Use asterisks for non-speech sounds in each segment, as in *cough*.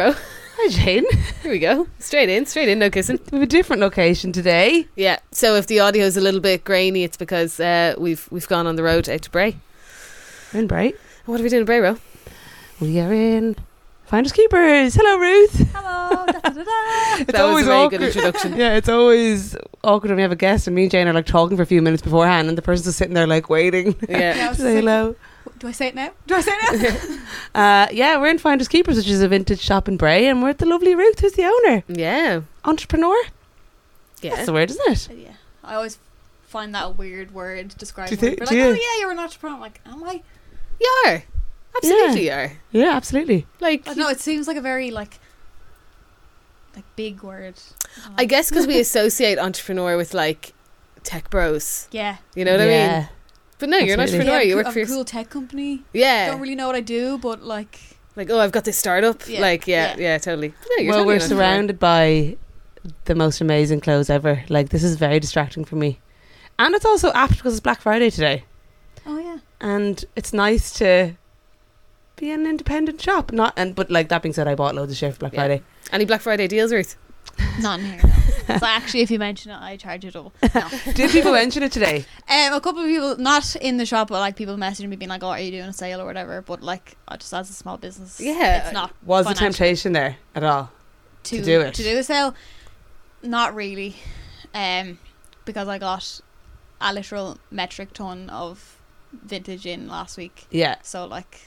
Sarah Jane. Here we go. Straight in, straight in, no kissing. we have a different location today. Yeah. So if the audio is a little bit grainy, it's because uh, we've we've gone on the road out to Bray. And We're in Bright. What are we doing in Bray Row? We are in Finders Keepers. Hello, Ruth. Hello. da, da, da, da. *laughs* It's that was a very awkward. good introduction. *laughs* Yeah, it's always awkward when we have a guest and me and Jane are like talking for a few minutes beforehand and the person's just sitting there like waiting *laughs* to *laughs* yeah. I was say like, hello. Do I say it now? Do I say it now? Uh, yeah, we're in Finders Keepers, which is a vintage shop in Bray, and we're at the lovely Ruth, who's the owner. Yeah. Entrepreneur? Yeah. That's the word, isn't it? But Uh, yeah. I always find that a weird word to describe. Do you when think- people are do like, you? oh yeah, you're an entrepreneur. I'm like, am I? You are. Absolutely you are. Yeah, absolutely. Like I don't know. It seems like a very like, like big word. don't I know. guess because *laughs* we associate entrepreneur with like tech bros. yeah. You know what I mean? yeah. But no, you're an Absolutely. entrepreneur. yeah, I'm you coo- work I'm for a your Eh. cool tech company. yeah. Don't really know what I do, but like, like oh, I've got this startup. Yeah, Like yeah, yeah, yeah. totally. But no, you're Well, totally we're an entrepreneur. surrounded by the most amazing clothes ever. Like, this is very distracting for me. And it's also apt because it's Black Friday today. oh yeah. And it's nice to be an independent shop. Not and But, like, that being said, I bought loads of shit for Black Yeah. Friday. Any Black Friday deals, Ruth? Not in here. No. so actually, if you mention it, I charge it all. No. Did people mention it today? Um, a couple of people, not in the shop, but like people messaging me being like, "Oh, are you doing a sale or whatever?" But like, I just as a small business, Yeah. it's not Was the Financially. temptation there at all? to, to do it. to do a sale. Not really, um, because I got a literal metric ton of vintage in last week. Yeah. So like,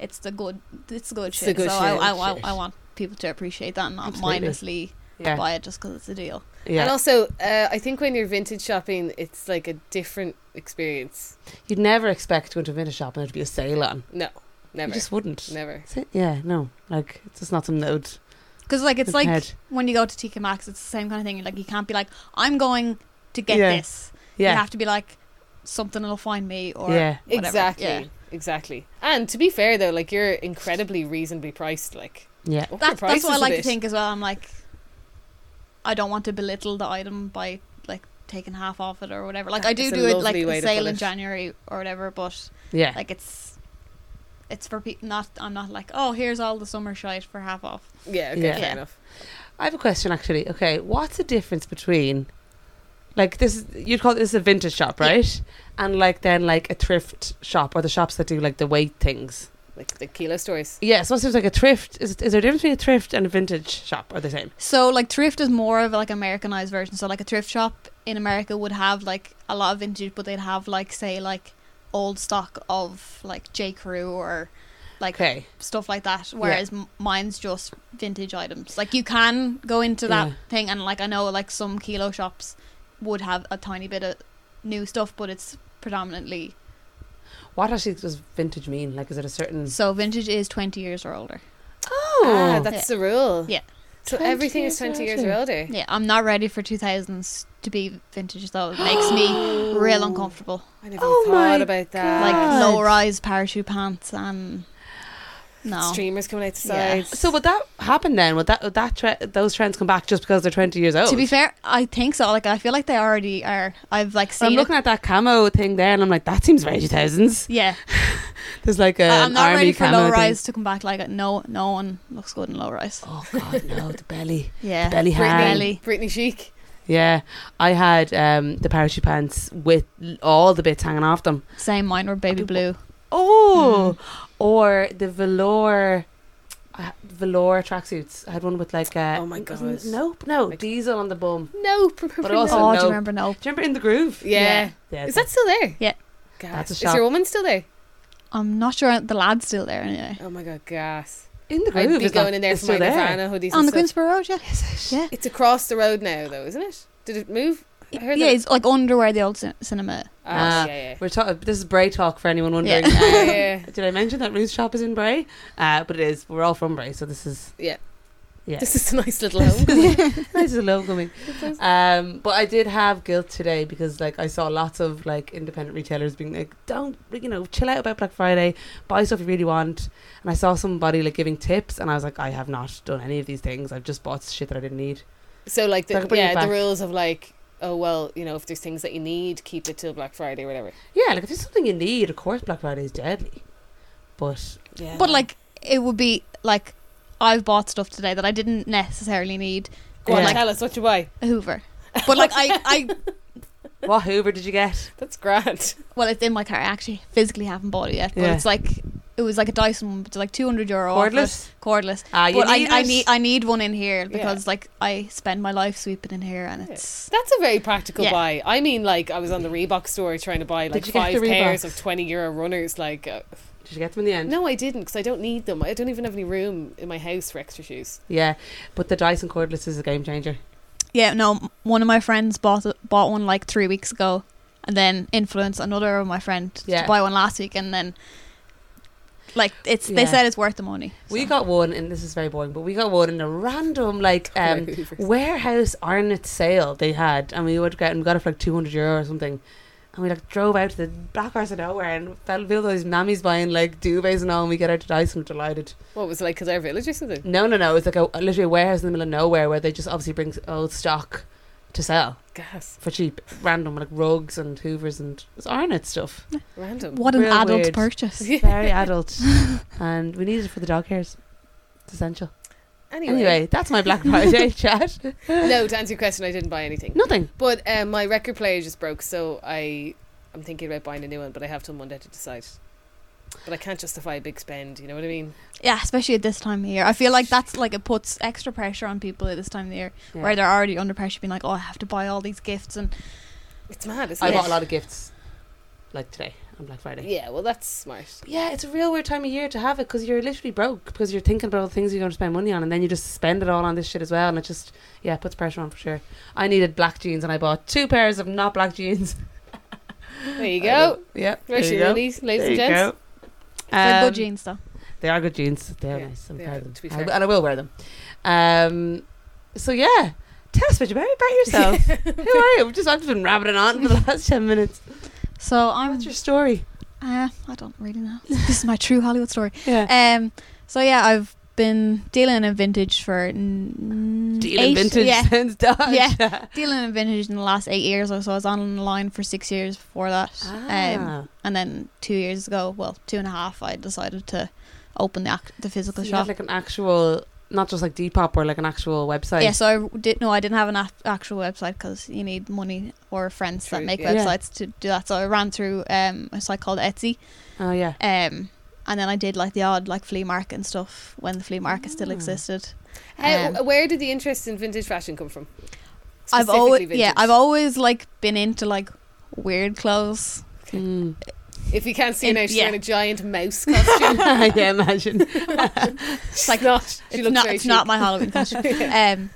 it's the good, it's the good It's the shit. good so I, shit. I, I, Shit. I want people to appreciate that and not Absolutely. mindlessly Yeah. buy it just because it's a deal. And Yeah. also, uh, I think when you're vintage shopping, it's like a different experience. You'd never expect going to a vintage shop and there'd be a sale on. No, never, You just wouldn't. never. Is it? Yeah, no. Like, it's just not something that would. Because like, it's like Compared. when you go to TK Maxx, it's the same kind of thing. Like, you can't be like, I'm going to get Yeah. this. You Yeah. have to be like something will find me or Yeah. whatever. Exactly, Yeah. exactly. And to be fair though, like you're incredibly reasonably priced. Like Yeah. what That, price that's what I is like it? to think as well. I'm like, I don't want to belittle the item by like taking half off it or whatever. Like I do That's a do it like lovely way a to put sale in it. January or whatever, but Yeah. like it's it's for people. Not I'm not like oh here's all the summer shite for half off. Yeah, okay, Yeah. fair Yeah. enough. I have a question actually. Okay, what's the difference between like this is- you'd call this a vintage shop, Yeah. right? And like then like a thrift shop or the shops that do like the weight things. Like the kilo stores. Yeah, so it seems like a thrift is is there a difference between a thrift and a vintage shop? Are they the same? So like thrift is more of like Americanized version. So like a thrift shop in America would have like a lot of vintage, but they'd have like say like old stock of like J Crew or like Okay. stuff like that. Whereas m mine's just vintage items. Like you can go into that Yeah. thing, and like I know like some kilo shops would have a tiny bit of new stuff, but it's predominantly What actually does vintage mean? Like is it a certain so vintage is twenty years or older. Oh Ah, that's the rule. Yeah. So 20 everything is years twenty years older. or older. Yeah, I'm not ready for two thousands to be vintage though. It *gasps* makes me real uncomfortable. I never Oh thought my about like that. God. low rise parachute pants and no. streamers coming out the Yeah. sides. so would that happen then? Would that would that tre- those trends come back just because they're twenty years old? To be fair, I think so. Like I feel like they already are. I've like I'm seen. it. looking at that camo thing there, and I'm like, that seems very two thousands. Yeah, There's like a I- I'm not Uh, army ready for camo low thing. rise to come back. Like no, no one looks good in low rise. Oh god, no, the belly. Yeah, belly hang. Belly. Britney Chic. Yeah, I had um, the parachute pants with l- all the bits hanging off them. Same mine were baby I'll be- blue. Oh, Mm-hmm. or the velour, I ha- velour tracksuits. I had one with like a. Oh my was God. it- Nope, no Like- diesel on the bum. No, But also- oh, do no. you remember? No, Do you remember in the groove? yeah. Yeah, Is that still there? Yeah. Gas. That's a Is shock. your woman still there? I'm not sure. The lad's still there anyway. Oh my god, gas. in the I'd groove? be is that- going in there it's for my still Nirvana hoodies. On and the stuff. Queenspur Road, yeah, Is it? yeah, It's across the road now, though, isn't it? Did it move? I heard yeah. that- It's like under where the old cin- cinema. Oh, Ah. yeah, We're talking. This is Bray talk for anyone wondering. *laughs* yeah. Uh, yeah. Did I mention that Ruth's shop is in Bray? Uh, but it is. We're all from Bray, so this is Yeah. *laughs* yeah. This is a nice little home. *laughs* nice and low coming. Um, but I did have guilt today because like I saw lots of like independent retailers being like, don't you know, chill out about Black Friday, buy stuff you really want. And I saw somebody like giving tips, and I was like, I have not done any of these things. I've just bought shit that I didn't need. So, like, I the, could bring it yeah, back. the rules of like, oh well, you know, if there's things that you need, keep it till Black Friday or whatever. Yeah, like if there's something you need, of course Black Friday is deadly. But Yeah. But like, it would be like, I've bought stuff today that I didn't necessarily need. Go Go on, on, Yeah. tell us what you buy. A Hoover, but like I, *laughs* I What Hoover did you *laughs* get? That's grand. *laughs* well, it's in my car. I actually physically haven't bought it yet, but Yeah. it's like it was like a Dyson, one, but it's like two hundred euro. off it. Cordless. cordless. Ah, you But I, need I it. need I need one in here because like I spend my life sweeping in here, and it's That's a very practical Yeah. buy. I mean, like I was on the Reebok store trying to buy like you get five the pairs Reeboks? of twenty euro runners. Like, uh, Did you get them in the end? no, I didn't because I don't need them. I don't even have any room in my house for extra shoes. Yeah, but the Dyson cordless is a game changer. Yeah, no. m- One of my friends bought bought one like three weeks ago, and then influenced another of my friend Yeah. to buy one last week, and then like it's they Yeah. said it's worth the money. We so. got one, and this is very boring, but we got one in a random like um, warehouse Arnott sale they had, and we would get and we got it for like two hundred euro or something. And we like drove out to the back horse of nowhere and felt feel those mammies buying like duvets and all, and we get out to Dyson delighted. *laughs* what was it like Kildare Village or something? No, no, no, it's like a literally a warehouse in the middle of nowhere where they just obviously bring old stock to sell Gas, for cheap, random like rugs and hoovers and it's Arnott stuff. random. what an Real adult weird. *laughs* purchase. Very adult, and we need it for the dog hairs. It's essential. Anyway, Anyway, that's my Black Friday chat. no. To answer your question, I didn't buy anything. Nothing. But um, my record player just broke, so I I'm thinking about buying a new one. But I have till Monday to decide. But I can't justify a big spend. You know what I mean? Yeah, especially at this time of year. I feel like that's like it puts extra pressure on people at this time of year where they're already under pressure, being like, oh, I have to buy all these gifts, and It's mad. Isn't I it? bought a lot of gifts, like today on Black Friday. Yeah, well, that's smart. But yeah, it's a real weird time of year to have it because you're literally broke because you're thinking about all the things you're going to spend money on, and then you just spend it all on this shit as well, and it just yeah puts pressure on for sure. I needed black jeans, and I bought two pairs of not black jeans. There *laughs* you go. yeah, There's your money, ladies and gents. go. they're Um, good jeans though. They are good jeans. They are Yeah, nice. I'm they proud are, of them. to be I fair. w- and I will wear them. Um, so yeah, tell us a bit about about *laughs* yourself. Who are you? I've Just I've just been rabbiting on for the last ten minutes. So I'm. What's your story? Uh, I don't really know. this is my true Hollywood story. *laughs* Yeah, Um. So yeah, I've been dealing in vintage for mm, dealing eight- vintage Yeah, sounds *laughs* dodge. Um, Yeah. dealing in vintage in the last eight years or so. I was online for six years before that, um, Ah, and then two years ago, well, two and a half, I decided to open the act- the so physical you had shop. like an actual, not just like Depop or like an actual website. yeah, so I did. No, I didn't have an ac- actual website because you need money or friends True, that make yeah. Yeah. websites to do that. So I ran through um, a site called Etsy, Oh yeah. um, and then I did like the odd like flea market and stuff when the flea market still Ah. existed. How, Um, where did the interest in vintage fashion come from? I've Specifically always vintage. yeah, I've always like been into like *laughs* weird clothes. Mm. If you can't see her And- now, she's yeah. wearing a giant mouse *laughs* costume. *laughs* yeah, imagine. it's like not. She It's looks not very it's not chic. *laughs* my *laughs* Halloween costume. Um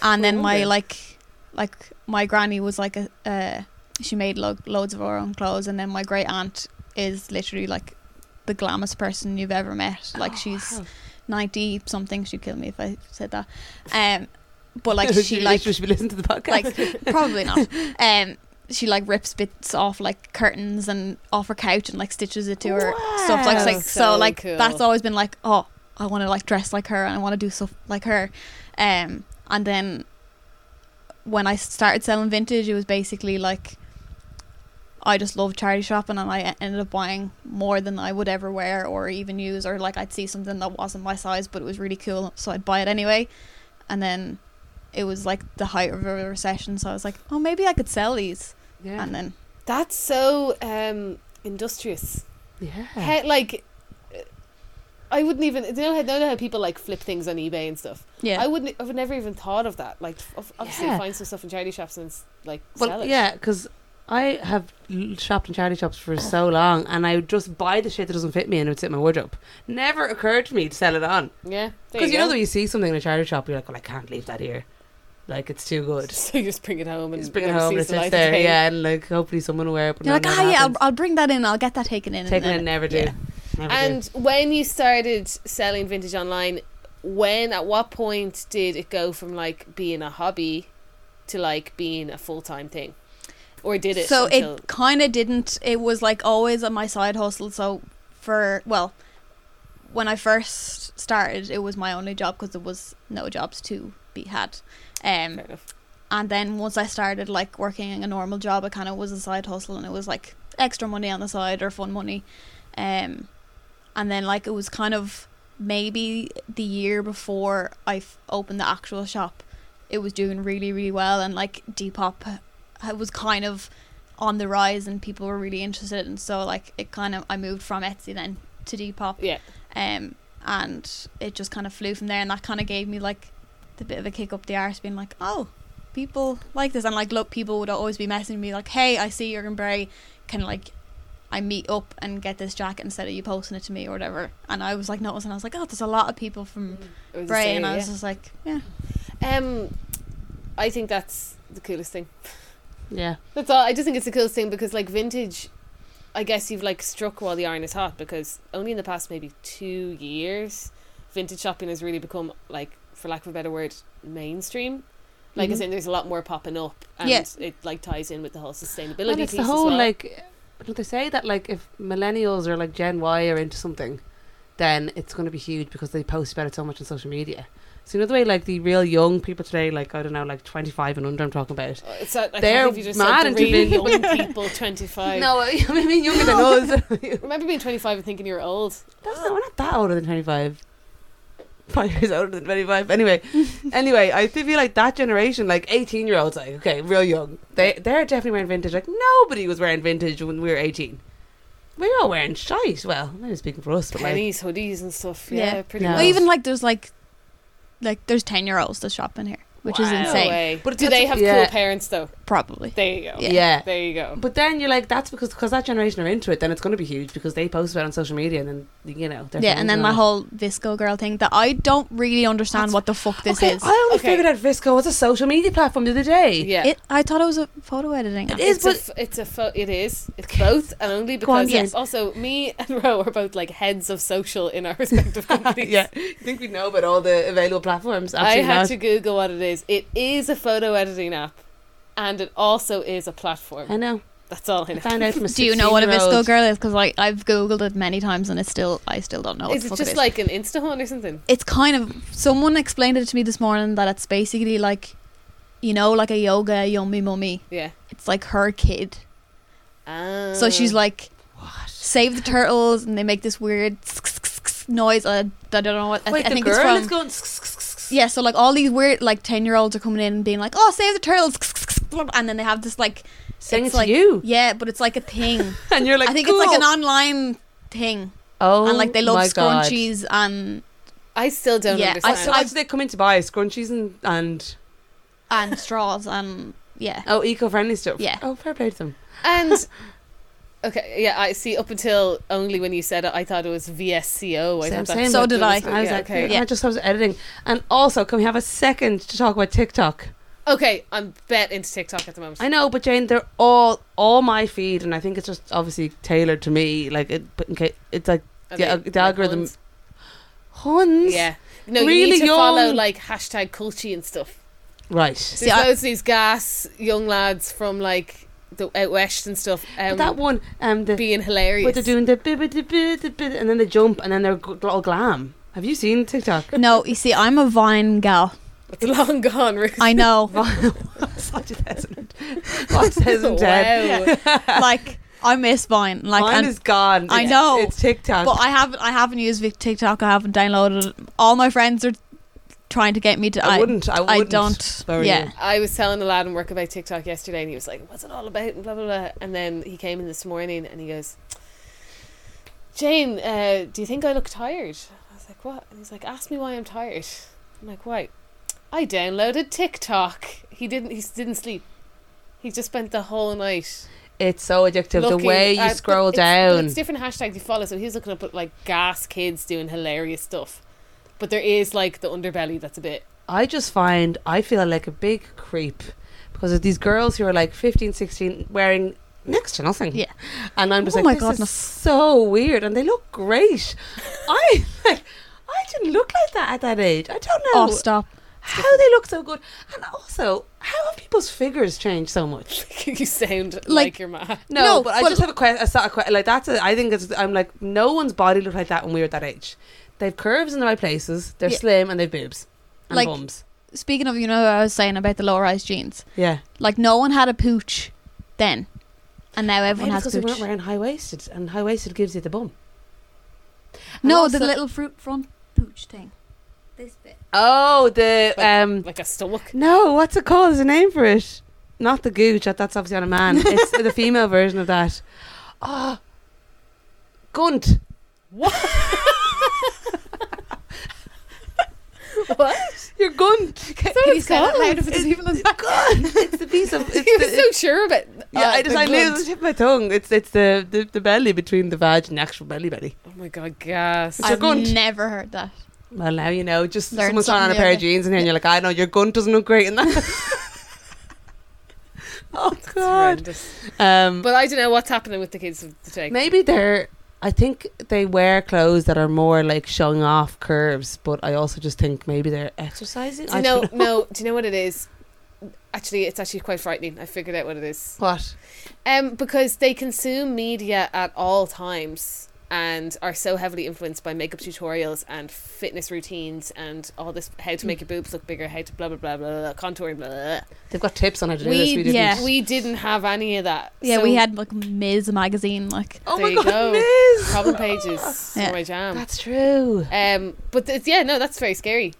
and then my like like my granny was like a uh, she made lo- loads of her own clothes and then my great aunt is literally like the glamorous person you've ever met. Like Oh, she's Oh, wow. 90 something, she'd kill me if I said that. Um but *laughs* *laughs* like she like should we listen to the podcast? like probably not. Um, she like rips bits off like curtains and off her couch and like stitches it to her stuff like, Wow. like That's so so like cool. that's always been like oh I want to like dress like her and I want to do stuff like her, um and then when I started selling vintage it was basically like I just love charity shopping and I e, ended up buying more than I would ever wear or even use or like I'd see something that wasn't my size but it was really cool so I'd buy it anyway and then it was like the height of a recession so I was like oh maybe I could sell these *laughs* yeah. and then That's so um, industrious. yeah. How, like, uh, I wouldn't even. You know, how, you know how people like flip things on eBay and stuff. yeah I wouldn't. I would never even thought of that. Like, of- obviously, Yeah. find some stuff in charity shops and s- like sell Well, it. yeah, because I have l- shopped in charity shops for so long, and I would just buy the shit that doesn't fit me, and it would sit in my wardrobe. Never occurred to me to sell it on yeah. there because you, know go. that you see something in a charity shop, you're like, well, I can't leave that here, like it's too *laughs* good. So you just bring it home and Just bring it never home and sees it the light sits of there, day. yeah, and like hopefully someone will wear it. But you're like no, ah never yeah I'll, happens. I'll bring that in I'll get that taken in taking it, and never do, yeah. never do. And when you started selling vintage online, when at what point did it go from like being a hobby to like being a full time thing, or did it? so until, it kind of didn't it was like always on my side hustle so for well when i first started it was my only job because there was no jobs to be had um Fair enough. and then once i started like working a normal job it kind of was a side hustle and it was like extra money on the side or fun money um and then like it was kind of maybe the year before I f- opened the actual shop, it was doing really, really well, and like Depop h- was kind of on the rise, and people were really interested, and so like it kind of I moved from Etsy then to Depop, Yeah. um, and it just kind of flew from there, and that kind of gave me like the bit of a kick up the arse, being like, oh, people like this, and like look, people would always be messaging me like, hey, I see you're in Bray, can like. I meet up and get this jacket instead of you posting it to me or whatever. And I was like, noticing, I was like, oh, there's a lot of people from It was the Bray, same, and I yeah. was just like, yeah, Um, I think that's the coolest thing. Yeah. That's all. I just think it's the coolest thing because like vintage, I guess you've like struck while the iron is hot because only in the past maybe two years, vintage shopping has really become like, for lack of a better word, mainstream. Like I Mhm. said, there's a lot more popping up, and Yeah. it like ties in with the whole sustainability And it's piece the whole as well. like. Don't they say that like if millennials or like Gen Y are into something, then it's going to be huge because they post about it so much on social media. So another way, like the real young people today, like I don't know, like twenty five and under, I'm talking about. Uh, It's not, I They're can't believe you just mad said the into really vintage. young people, twenty five. *laughs* No, I mean younger than us. *laughs* Remember being 25 and thinking you're old? That's not, we're not that older than 25. Five years older than 25. *laughs* Anyway, anyway, I feel like that generation, like 18 year olds, like, okay, real young. They, they're definitely wearing vintage. Like, nobody was wearing vintage when we were 18. We were all wearing shite. Well, I'm not speaking for us, but like, Pennies, hoodies, and stuff. Yeah. Yeah, pretty Yeah. much. Well, even like there's like, like there's ten year olds that shop in here, which is Wow. No insane. way. But do that's- they have yeah. cool parents though? Probably. There you go. yeah. There you go. But then you're like, that's because cause that generation are into it, then it's going to be huge because they post about it on social media and then, you know, they're yeah, and then friends my all. whole visco girl thing that I don't really understand That's- what the fuck this Okay, is. I only Okay. figured out Visco was a social media platform the other day. Yeah. It. I thought it was a photo editing. app. It is, it's a, f- it's a pho- it is it's both and only Go on, because yes. also me and *laughs* Ro are both like heads of social in our *laughs* respective companies. yeah. You think we know about all the available platforms? I Absolutely had not. to Google what it is. It is a photo editing app, and it also is a platform. I know. That's all I I know. found *laughs* out from a Do you know what a visco 16-year-old. girl is? Because like I've googled it many times and it's still I still don't know. What Is the it fuck just it is. like an Insta one or something? it's kind of someone explained it to me this morning that it's basically like, you know, like a yoga yummy mummy. Yeah. It's like her kid. Ah. So she's like, What? save the turtles, and they make this weird noise. Uh, I don't know what. I, Wait, I the think girl it's is from. going. Yeah, so like all these weird like ten year olds are coming in and being like, "Oh, save the turtles," and then they have this like Sing it's it to like- *laughs* you. yeah, but it's like a thing. And you're *laughs* like, I think cool. it's like an online thing, Oh, and like they love my God. scrunchies and I still don't Yeah, I I understand. saw actually they come in to buy scrunchies and, and and straws and yeah. oh, eco friendly stuff. Yeah. Oh, fair play to them. And okay, yeah, I see. Up until only when you said it, I thought it was VSCO. I Same, thought same. that's So what did it was. I. I was Yeah, like, okay. I just was editing. And also, can we have a second to talk about TikTok? Okay, I'm bet into TikTok at the moment. I know, but Jane, they're all all my feed, and I think it's just obviously tailored to me. Like it, but in case, it's like Are yeah, they the algorithm- ones? huns. Yeah. No, you Really need to follow young. like hashtag culture and stuff. Right. There's I- loads of these gas young lads from like the out west and stuff um, But that one, um, the being hilarious. But they're doing the bit, bit, bit, bit, bit, and then they jump and then they're g- all glam. Have you seen TikTok? *laughs* No, you see, I'm a Vine gal. it's long gone. Ruth. I know, Such a peasant. What *laughs* peasant dead? Wow. *laughs* like I miss Vine. Like Mine and- is gone. I It's- know. It's TikTok. But I haven't. I haven't used Vic- TikTok. I haven't downloaded. it. All my friends are trying to get me to. I, I, wouldn't. I I wouldn't. don't. Where are yeah. you? I was telling a lad in work about TikTok yesterday, and he was like, "What's it all about?" and blah blah blah. And then he came in this morning, and he goes, "Jane, uh, do you think I look tired?" I was like, "What?" And he's like, "Ask me why I'm tired." I'm like, "Why?" I downloaded TikTok. He didn't. He s- didn't sleep. He just spent the whole night. It's so addictive. the looking way you at- but scroll it's- but down. It's different hashtags you follow. So he was looking up at like gas kids doing hilarious stuff, but there is like the underbelly that's a bit. *laughs* I just find I feel like a big creep because of these girls who are like 15, 16 wearing next to nothing. Yeah. And I'm just Oh like, my this is goodness. so weird. And they look *laughs* great. I like, I didn't look like that at that age. I don't know. Oh, stop. how they look so good and also how have people's figures changed so much you sound like, Like- your mom. no, No, but i but- just have a question a, sort of que- like that's a, i think it's i'm like no one's body looked like that when we were at that age they've curves in the right places they're Yeah. slim and they've boobs and Like- bums Speaking of, you know, what I was saying about the low-rise jeans. yeah Like no one had a pooch then, and now everyone Maybe has because they weren't pooch. wearing high-waisted and high-waisted gives you the bum And No, also- the little fruit front pooch thing. This bit. Oh, the *laughs* um, like a stomach. *laughs* no, what's it called? There's a name for it. Not the gooch. that- That's obviously on a *laughs* man. It's the female version of that. Ah, gunt. *laughs* What? You're gunt. Okay. So Can you it's say that called. louder for the It's- people in the back? *laughs* It's the piece of. It's you the, were so sure about. yeah, uh, the I just I knew it was glunt. the tip of my tongue. It's it's the, the, the belly between the vag and the actual belly belly. Oh my god, gas. It's your I've gunt. never heard that. Well, now you know. Just Learn someone's trying on a something pair new. of jeans, and then you're like, I know your gunt doesn't look great in that. *laughs* oh It's God. horrendous. Um, But I don't know what's happening with the kids of today. Maybe they're. I think they wear clothes that are more like showing off curves, but I also just think maybe they're exercising. Do I you know? don't No. Do you know what it is? Actually, it's actually quite frightening. I figured out what it is. What? Um, because they consume media at all times and are so heavily influenced by makeup tutorials and fitness routines and all this how to make your boobs look bigger, how to blah blah blah blah, blah contouring blah. blah, blah. They've got tips on how to do this. We, We didn't. yeah. we didn't have any of that. Yeah, So we had like Ms. magazine, like Oh There my you god, go. Liz! problem *laughs* pages. Yeah. Yeah. my jam. That's true. Um, but it's, yeah, no, that's very scary.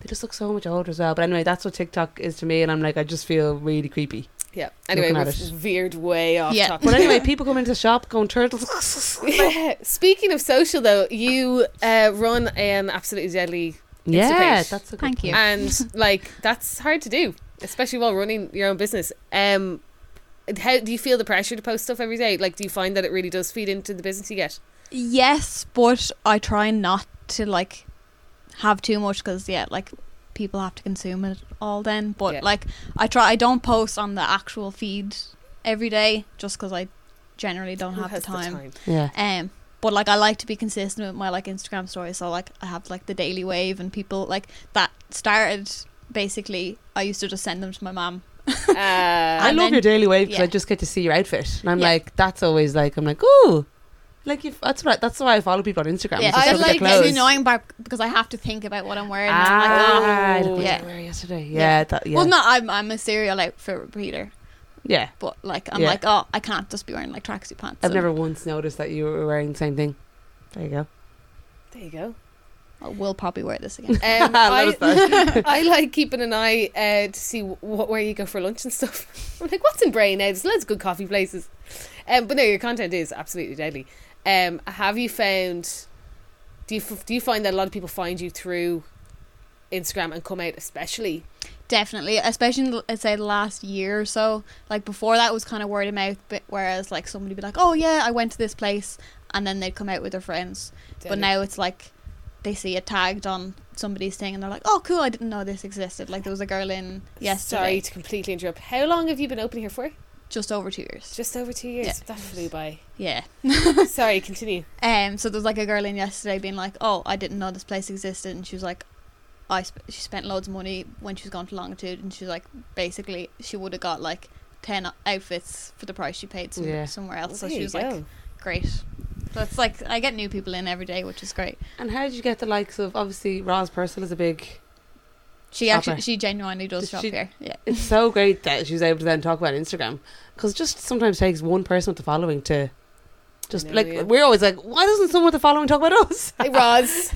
They just look so much older as well. But anyway, that's what TikTok is to me, and I'm like, I just feel really creepy. Yeah. Anyway, Looking at we've it. veered way off Yeah. topic. *laughs* But anyway, people come into the shop going turtles. *laughs* Yeah. Speaking of social, though, you uh, run an absolutely deadly yeah, It's okay. that's a good Thank you. point. and like that's hard to do especially while running your own business um how do you feel the pressure to post stuff every day like do you find that it really does feed into the business you get Yes, but I try not to like have too much because yeah, like people have to consume it all then. But Yeah. like I try, I don't post on the actual feed every day just because I generally don't Who have the has time. Yeah. Um, but like I like to be consistent with my like Instagram stories, so like I have like the daily wave and people like that started basically. I used to just send them to my mum. Uh, I And love then- your daily wave because yeah. I just get to see your outfit, and I'm Yeah. like, that's always like, I'm like, ooh, like you that's right. That's why I follow people on Instagram. Yeah, is I just look like at their it's clothes. annoying but because I have to think about what I'm wearing. and I'm like, Ah. "Oh, Ah, Oh. yeah. Yeah. yesterday. Yeah. Yeah, that, yeah. Well, no, I'm I'm a serial outfit repeater, yeah. but like I'm Yeah. like, oh, I can't just be wearing like tracksuit pants. I've and- never once noticed that you were wearing the same thing. There you go. there you go I will probably wear *laughs* this again. um, Noticed I, *laughs* that. *laughs* I like keeping an eye uh, to see what where you go for lunch and stuff *laughs* I'm like what's in Bray now there's loads of good coffee places um, but no your content is absolutely deadly um, have you found do you, f- do you find that a lot of people find you through Instagram and come out especially Definitely, especially in, the- I'd say the last year or so. Like before that was kind of word of mouth, but whereas like somebody would be like, oh yeah, I went to this place, and then they'd come out with their friends. But Deadly. now it's like they see it tagged on somebody's thing, and they're like, oh cool, I didn't know this existed. Like there was a girl in Sorry yesterday, to completely interrupt. How long have you been open here for? just over two years. Just over two years. Yeah. That flew by. *laughs* Yeah. Sorry, *laughs* continue. Um, so there was like a girl in yesterday being like, "Oh, I didn't know this place existed," and she was like, "I sp- she spent loads of money when she was gone to Longitude, and she was like, basically she would have got like ten o- outfits for the price she paid some- Yeah. somewhere else." Well, so there she you was go. like, "Great." So it's like I get new people in every day, which is great. and how did you get the likes of obviously Roz Purcell is a big. She Shopper. actually she genuinely does Does shop she- here. Yeah, It's so great that she was able to then talk about Instagram because just sometimes takes one person with the following to. Just know, like yeah. we're always like, why doesn't someone with the following talk about us? *laughs* Hey, Roz.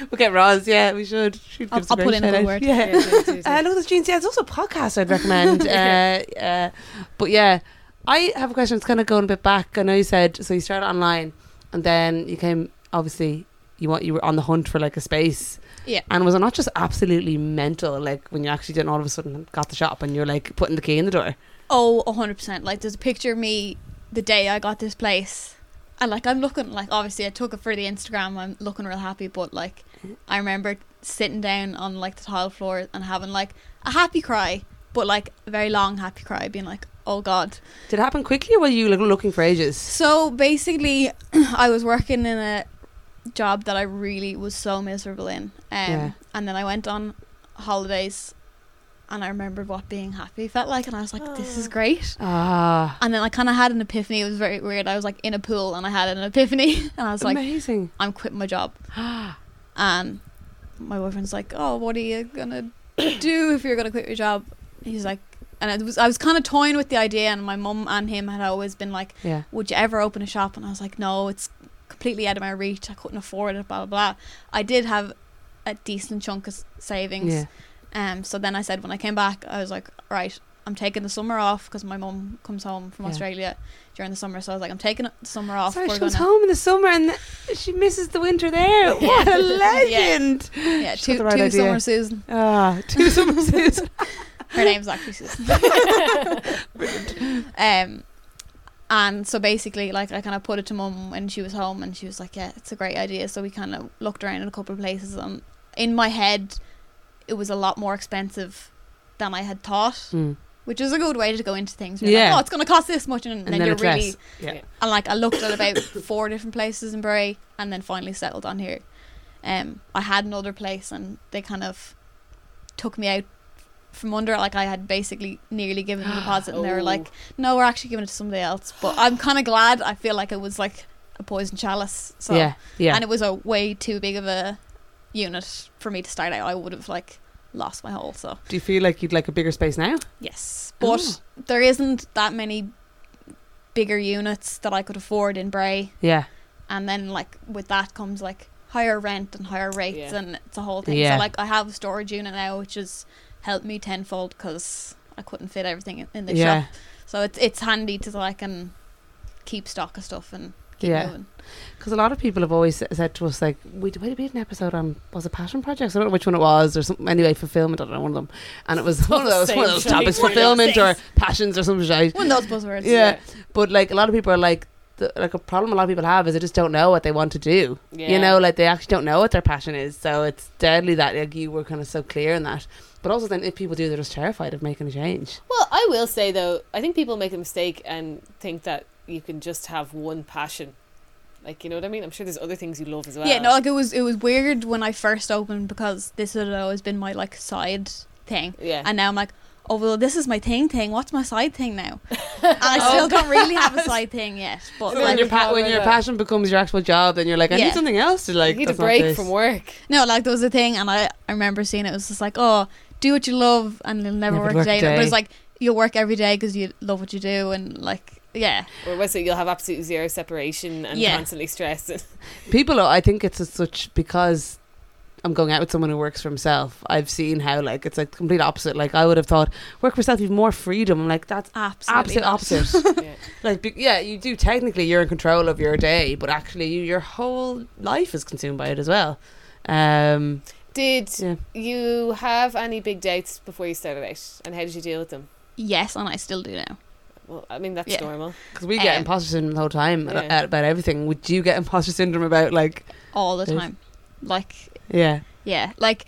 We'll get Roz, yeah, we should. She'd give I'll- us a I'll put great in a shout-out. good word. *laughs* Yeah. Yeah, do, *laughs* do, do. Uh, look at this jeans. Yeah, it's also a podcast I'd recommend. uh, uh, but yeah, I have a question. It's kind of going a bit back. I know you said so. You started online, and then you came. Obviously, you want you were on the hunt for like a space. Yeah. And was it not just absolutely mental? Like when you actually then all of a sudden got the shop and you're like putting the key in the door. Oh, hundred percent. Like there's a picture of me the day I got this place. And like I'm looking like obviously I took it for the Instagram, I'm looking real happy, but like I remember sitting down on like the tile floor and having like a happy cry, but like a very long happy cry, being like, Oh god. Did it happen quickly, or were you like looking for ages? So basically *clears throat* I was working in a job that I really was so miserable in. Um Yeah. and then I went on holidays and I remembered what being happy felt like and I was like, This is Aw. great. Ah, And then I kind of had an epiphany. It was very weird. I was like in a pool and I had an epiphany. *laughs* And I was like, *gasps* amazing. I'm quitting my job. And my boyfriend's like, Oh, what are you going to *coughs* do if you're going to quit your job? He's like, and it was, I was kind of toying with the idea. And my mum and him had always been like, yeah. Would you ever open a shop? And I was like, No, it's completely out of my reach. I couldn't afford it. Blah blah blah. I did have a decent chunk of s- savings. Yeah. Um, so then I said when I came back, I was like, right, I'm taking the summer off because my mum comes home from Yeah. Australia during the summer. So I was like, I'm taking the summer off. Sorry, We're she comes gonna- home in the summer and th- she misses the winter *laughs* there. What a legend! Yeah, She's got two, the right two idea. summer Susan. Ah, *laughs* two summer *laughs* suits. Her name's *laughs* actually Susan. *laughs* um, and so basically, like I kind of put it to mum when she was home, and she was like, "Yeah, it's a great idea." So we kind of looked around in a couple of places, and in my head, it was a lot more expensive than I had thought. Mm. which is a good way to go into things. You're yeah. Yeah. Like, oh, it's going to cost this much, and, And then, then, a you're dress. really yeah. Yeah. and like I looked *coughs* at about four different places in Bray, and then finally settled on here. Um, I had another place, and they kind of took me out from under. it. Like I had basically nearly given the *gasps* deposit, and they were Oh. like, "No, we're actually giving it to somebody else." But I'm kind of glad. I feel like it was like a poison chalice. So yeah, yeah, and it was a way too big of a unit for me to start out. I would have like lost my whole. So Do you feel like you'd like a bigger space now? Yes, but Ah. there isn't that many bigger units that I could afford in Bray, Yeah, and then like with that comes like higher rent and higher rates, Yeah. and it's a whole thing. Yeah. So like I have a storage unit now, which has helped me tenfold because I couldn't fit everything in- in the yeah. shop. So it's it's handy to like um keep stock of stuff and keep Yeah. moving. Because a lot of people have always s- said to us, like, we d- we did, we did an episode on, was it Passion Projects? I don't know which one it was, or something, anyway, fulfillment, I don't know, one of them. And it was *laughs* one of those, one of those Same topics, thing. fulfillment or passions or something. shite. One of those buzzwords. Yeah. But, like, a lot of people are like, the, like, a problem a lot of people have is they just don't know what they want to do. Yeah. You know, like, they actually don't know what their passion is. So it's deadly that, like, you were kind of so clear in that. But also, then, if people do, they're just terrified of making a change. Well, I will say though, I think people make a mistake and think that you can just have one passion. Like you know what I mean? I'm sure there's other things you love as well. Yeah, no, like it was it was weird when I first opened because this had always been my like side thing. Yeah. And now I'm like, oh well, this is my thing thing. What's my side thing *laughs* now? And I still don't really have a side thing yet. But So then when like, your, you pa- can't when do your that. passion becomes your actual job, then you're like, I Yeah. need something else to, like, you need a that's not break this. from work. no, like there was a thing, and I I remember seeing it, it was just like, oh, do what you love, and you'll never, work, a day. But it's like you'll work every day because you love what you do, and like yeah, Or was it you'll have absolutely zero separation and Yeah. constantly stress? *laughs* people are, i think it's as such because i'm going out with someone who works for himself i've seen how like it's like complete opposite like i would have thought work for yourself you've more freedom i'm like that's absolutely. not. absolute *laughs* opposite *laughs* yeah. like be- yeah you do technically you're in control of your day but actually you, your whole life is consumed by it as well um Did Yeah. you have any big doubts before you started out, and how did you deal with them? Yes, and I still do now. Well, I mean that's Yeah. normal. because we get Um, imposter syndrome the whole time a- Yeah. about everything would you get imposter syndrome about like all the Dave? time, like yeah Yeah, like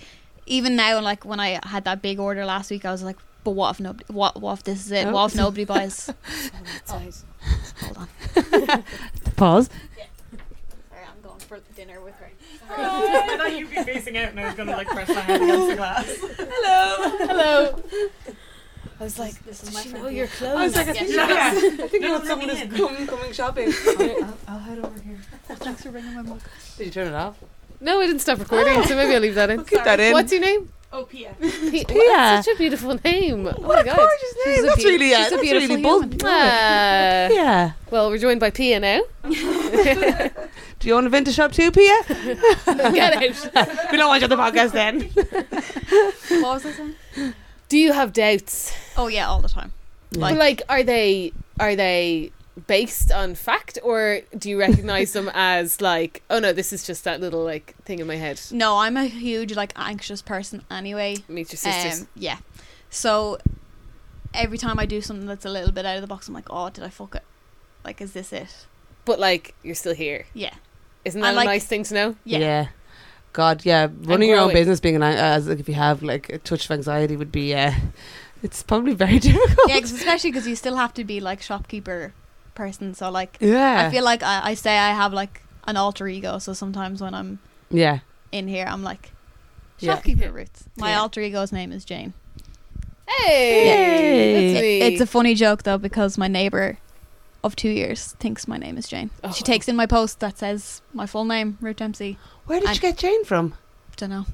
even now, like when I had that big order last week, I was like, "But what if nobody? What what if this is it? What if nobody buys?" *laughs* Hold on, pause sorry, I'm going for dinner with her. I thought you'd be facing out and I was going to like press my hand against *laughs* the glass. Hello. I was like, This does is my she friend know your clothes? I was like, I think, Yeah. *laughs* I think No, you want let someone me who's in. come, coming *laughs* shopping. I'll, I'll head over here. Thanks for bringing my mug. Did you turn it off? no, I didn't stop recording, so maybe I'll leave that in. Keep that in. What's your name? Oh, Pia. Pia. Pia. Such a beautiful name. oh What my a god. gorgeous name. She's a That's beau- really, uh, she's a that's beautiful really bold. human. Ah. Yeah. Well, we're joined by Pia *laughs* now. Do you own a vintage shop too, Pia? Get out. we don't want you on the podcast then. *laughs* What was I saying? Do you have doubts? Oh yeah, all the time. But, like, are they are they based on fact, or do you recognize *laughs* them as like, oh no, this is just that little like thing in my head? No, I'm a huge like anxious person anyway. Meet your sisters. Um, yeah. So every time I do something that's a little bit out of the box, I'm like, "Oh, did I fuck it? Like, is this it? but like, you're still here. Yeah, Isn't I that like- a nice thing to know? yeah, God, yeah. Running your own growing. business, being an an- as like, if you have like a touch of anxiety, would be. Uh, it's probably very *laughs* difficult. yeah." 'cause especially because you still have to be like shopkeeper person. So like, Yeah. I feel like I, I say I have like an alter ego, so sometimes when I'm yeah. in here, I'm like Yeah. shopkeeper roots. My Yeah. alter ego's name is Jane. Hey. Hey, that's me. It's a funny joke though because my neighbor of two years thinks my name is Jane. Oh. She takes in my post that says my full name, Ruth Dempsey. Where did I'm- you get Jane from? Don't know.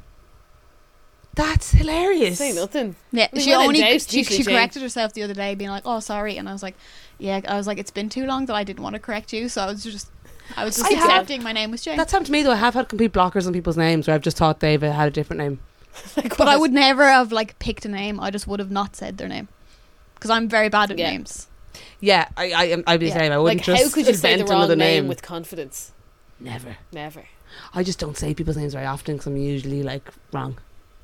That's hilarious. say *laughs* nothing. Yeah, I mean, she when in only doubt, she, usually she Jane. corrected herself the other day, being like, "Oh, sorry," and I was like, "Yeah," I was like, "It's been too long that I didn't want to correct you," so I was just I was Just just I have- accepting my name was Jane. That's happened to me though. I have had complete blockers on people's names where I've just thought they've uh, had a different name. Like, But what? I would never have like picked a name. I just would have not said their name because I'm very bad at Yeah. names. Yeah, I, I, I'd be Yeah. the same. I wouldn't Like, just how could you say invent the wrong another name, name. with confidence? Never. Never. I just don't say people's names very often because I'm usually like wrong.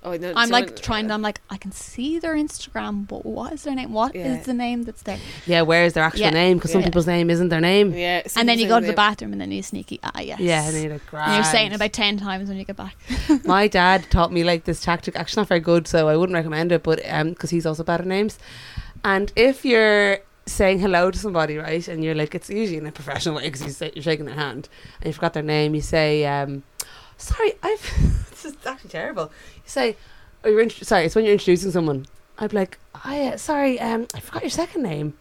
Oh, no, I'm like someone- trying. To, I'm like I can see their Instagram, but what is their name? What is Yeah. the name that's there? Yeah, where is their actual Yeah. name? 'Cause name? Because some Yeah. people's name isn't their name. Yeah, Yeah. and then someone's you go to the name. bathroom and then you sneaky ah yes. and then you're like, And you're saying "Grand." it about ten times when you get back. My dad taught me like this tactic. Actually, not very good, so I wouldn't recommend it. But um, because he's also bad at names, and if you're saying hello to somebody, right, and you're like, it's usually in a professional way because you say, you're shaking their hand and you forgot their name, you say, um, "Sorry, I've." *laughs* this is actually terrible. You say, "Oh, you're intro- sorry." It's when you're introducing someone. I'd be like, "I uh, sorry, um, I forgot your second name."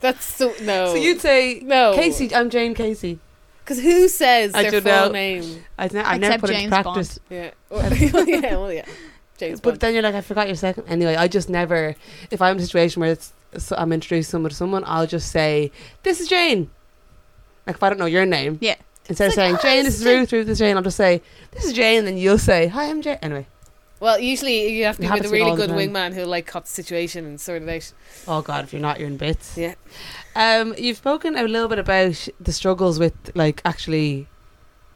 That's so no. So Oh. you'd say, no "Casey, I'm Jane Casey." Because who says I their full don't know. name? *laughs* I ne- I never Except put it James into practice. Yeah. *laughs* Well, yeah. Well, yeah. *laughs* James But Bond. then you're like, I forgot your second. Anyway, I just never. If I'm in a situation where it's so I'm introduced someone to someone, I'll just say, "This is Jane." Like if I don't know your name, Yeah. Instead It's like, of saying "Hi, Jane, this this is is Jane." Ruth, Ruth, this is Jane, I'll just say, "This is Jane," and then you'll say, "Hi, I'm Jane." Anyway, Well, usually you have to It be with happens a to me really all the good time. wingman who like caught the situation and sorted it out. oh god, if you're not, you're in bits. Yeah. Um, you've spoken a little bit about the struggles with like actually,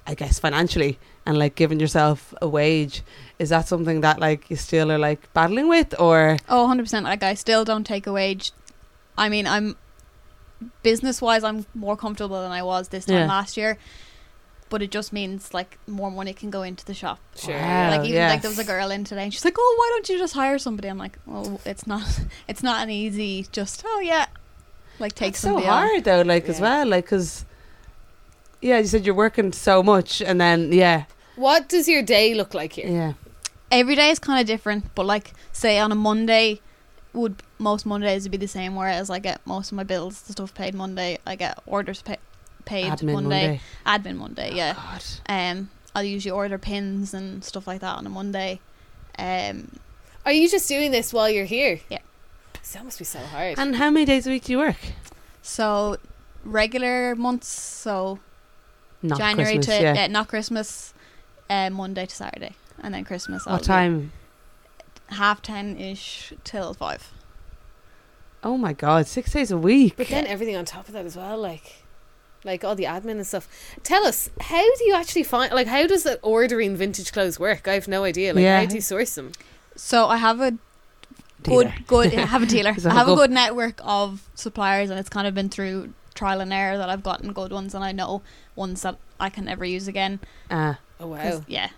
I guess financially and like giving yourself a wage. Is that something that like you still are like battling with, or Oh, 100 percent. Like I still don't take a wage. I mean, I'm business wise, I'm more comfortable than I was this time Yeah. last year. But it just means like more money can go into the shop. Sure. Wow. like Oh, even yeah. like there was a girl in today and she's like oh why don't you just hire somebody i'm like well it's not *laughs* it's not an easy just oh yeah like take That's so somebody on. hard though like as Yeah. well like because yeah you said you're working so much and then yeah What does your day look like here? yeah every day is kind of different but like say on a monday would most mondays would be the same whereas i get most of my bills the stuff paid monday i get orders pa- paid admin monday, monday. Oh, admin monday yeah God. um i'll usually order pins and stuff like that on a monday um Are you just doing this while you're here? Yeah. So That must be so hard. and how many days a week do you work so regular months so not January Christmas, to yeah uh, not Christmas, uh, Monday to Saturday, and then Christmas. I'll what be time Half ten ish till five. oh my god six days a week But then everything on top of that as well, like like all the admin and stuff. Tell us, how do you actually find like how does that ordering vintage clothes work? I have no idea. Like Yeah. how do you source them? So I have a Dealer. *laughs* good good I have a dealer. Is that I have a a good- good network of suppliers, and it's kind of been through trial and error that I've gotten good ones, and I know ones that I can never use again. Ah. Oh 'Cause, wow. Yeah,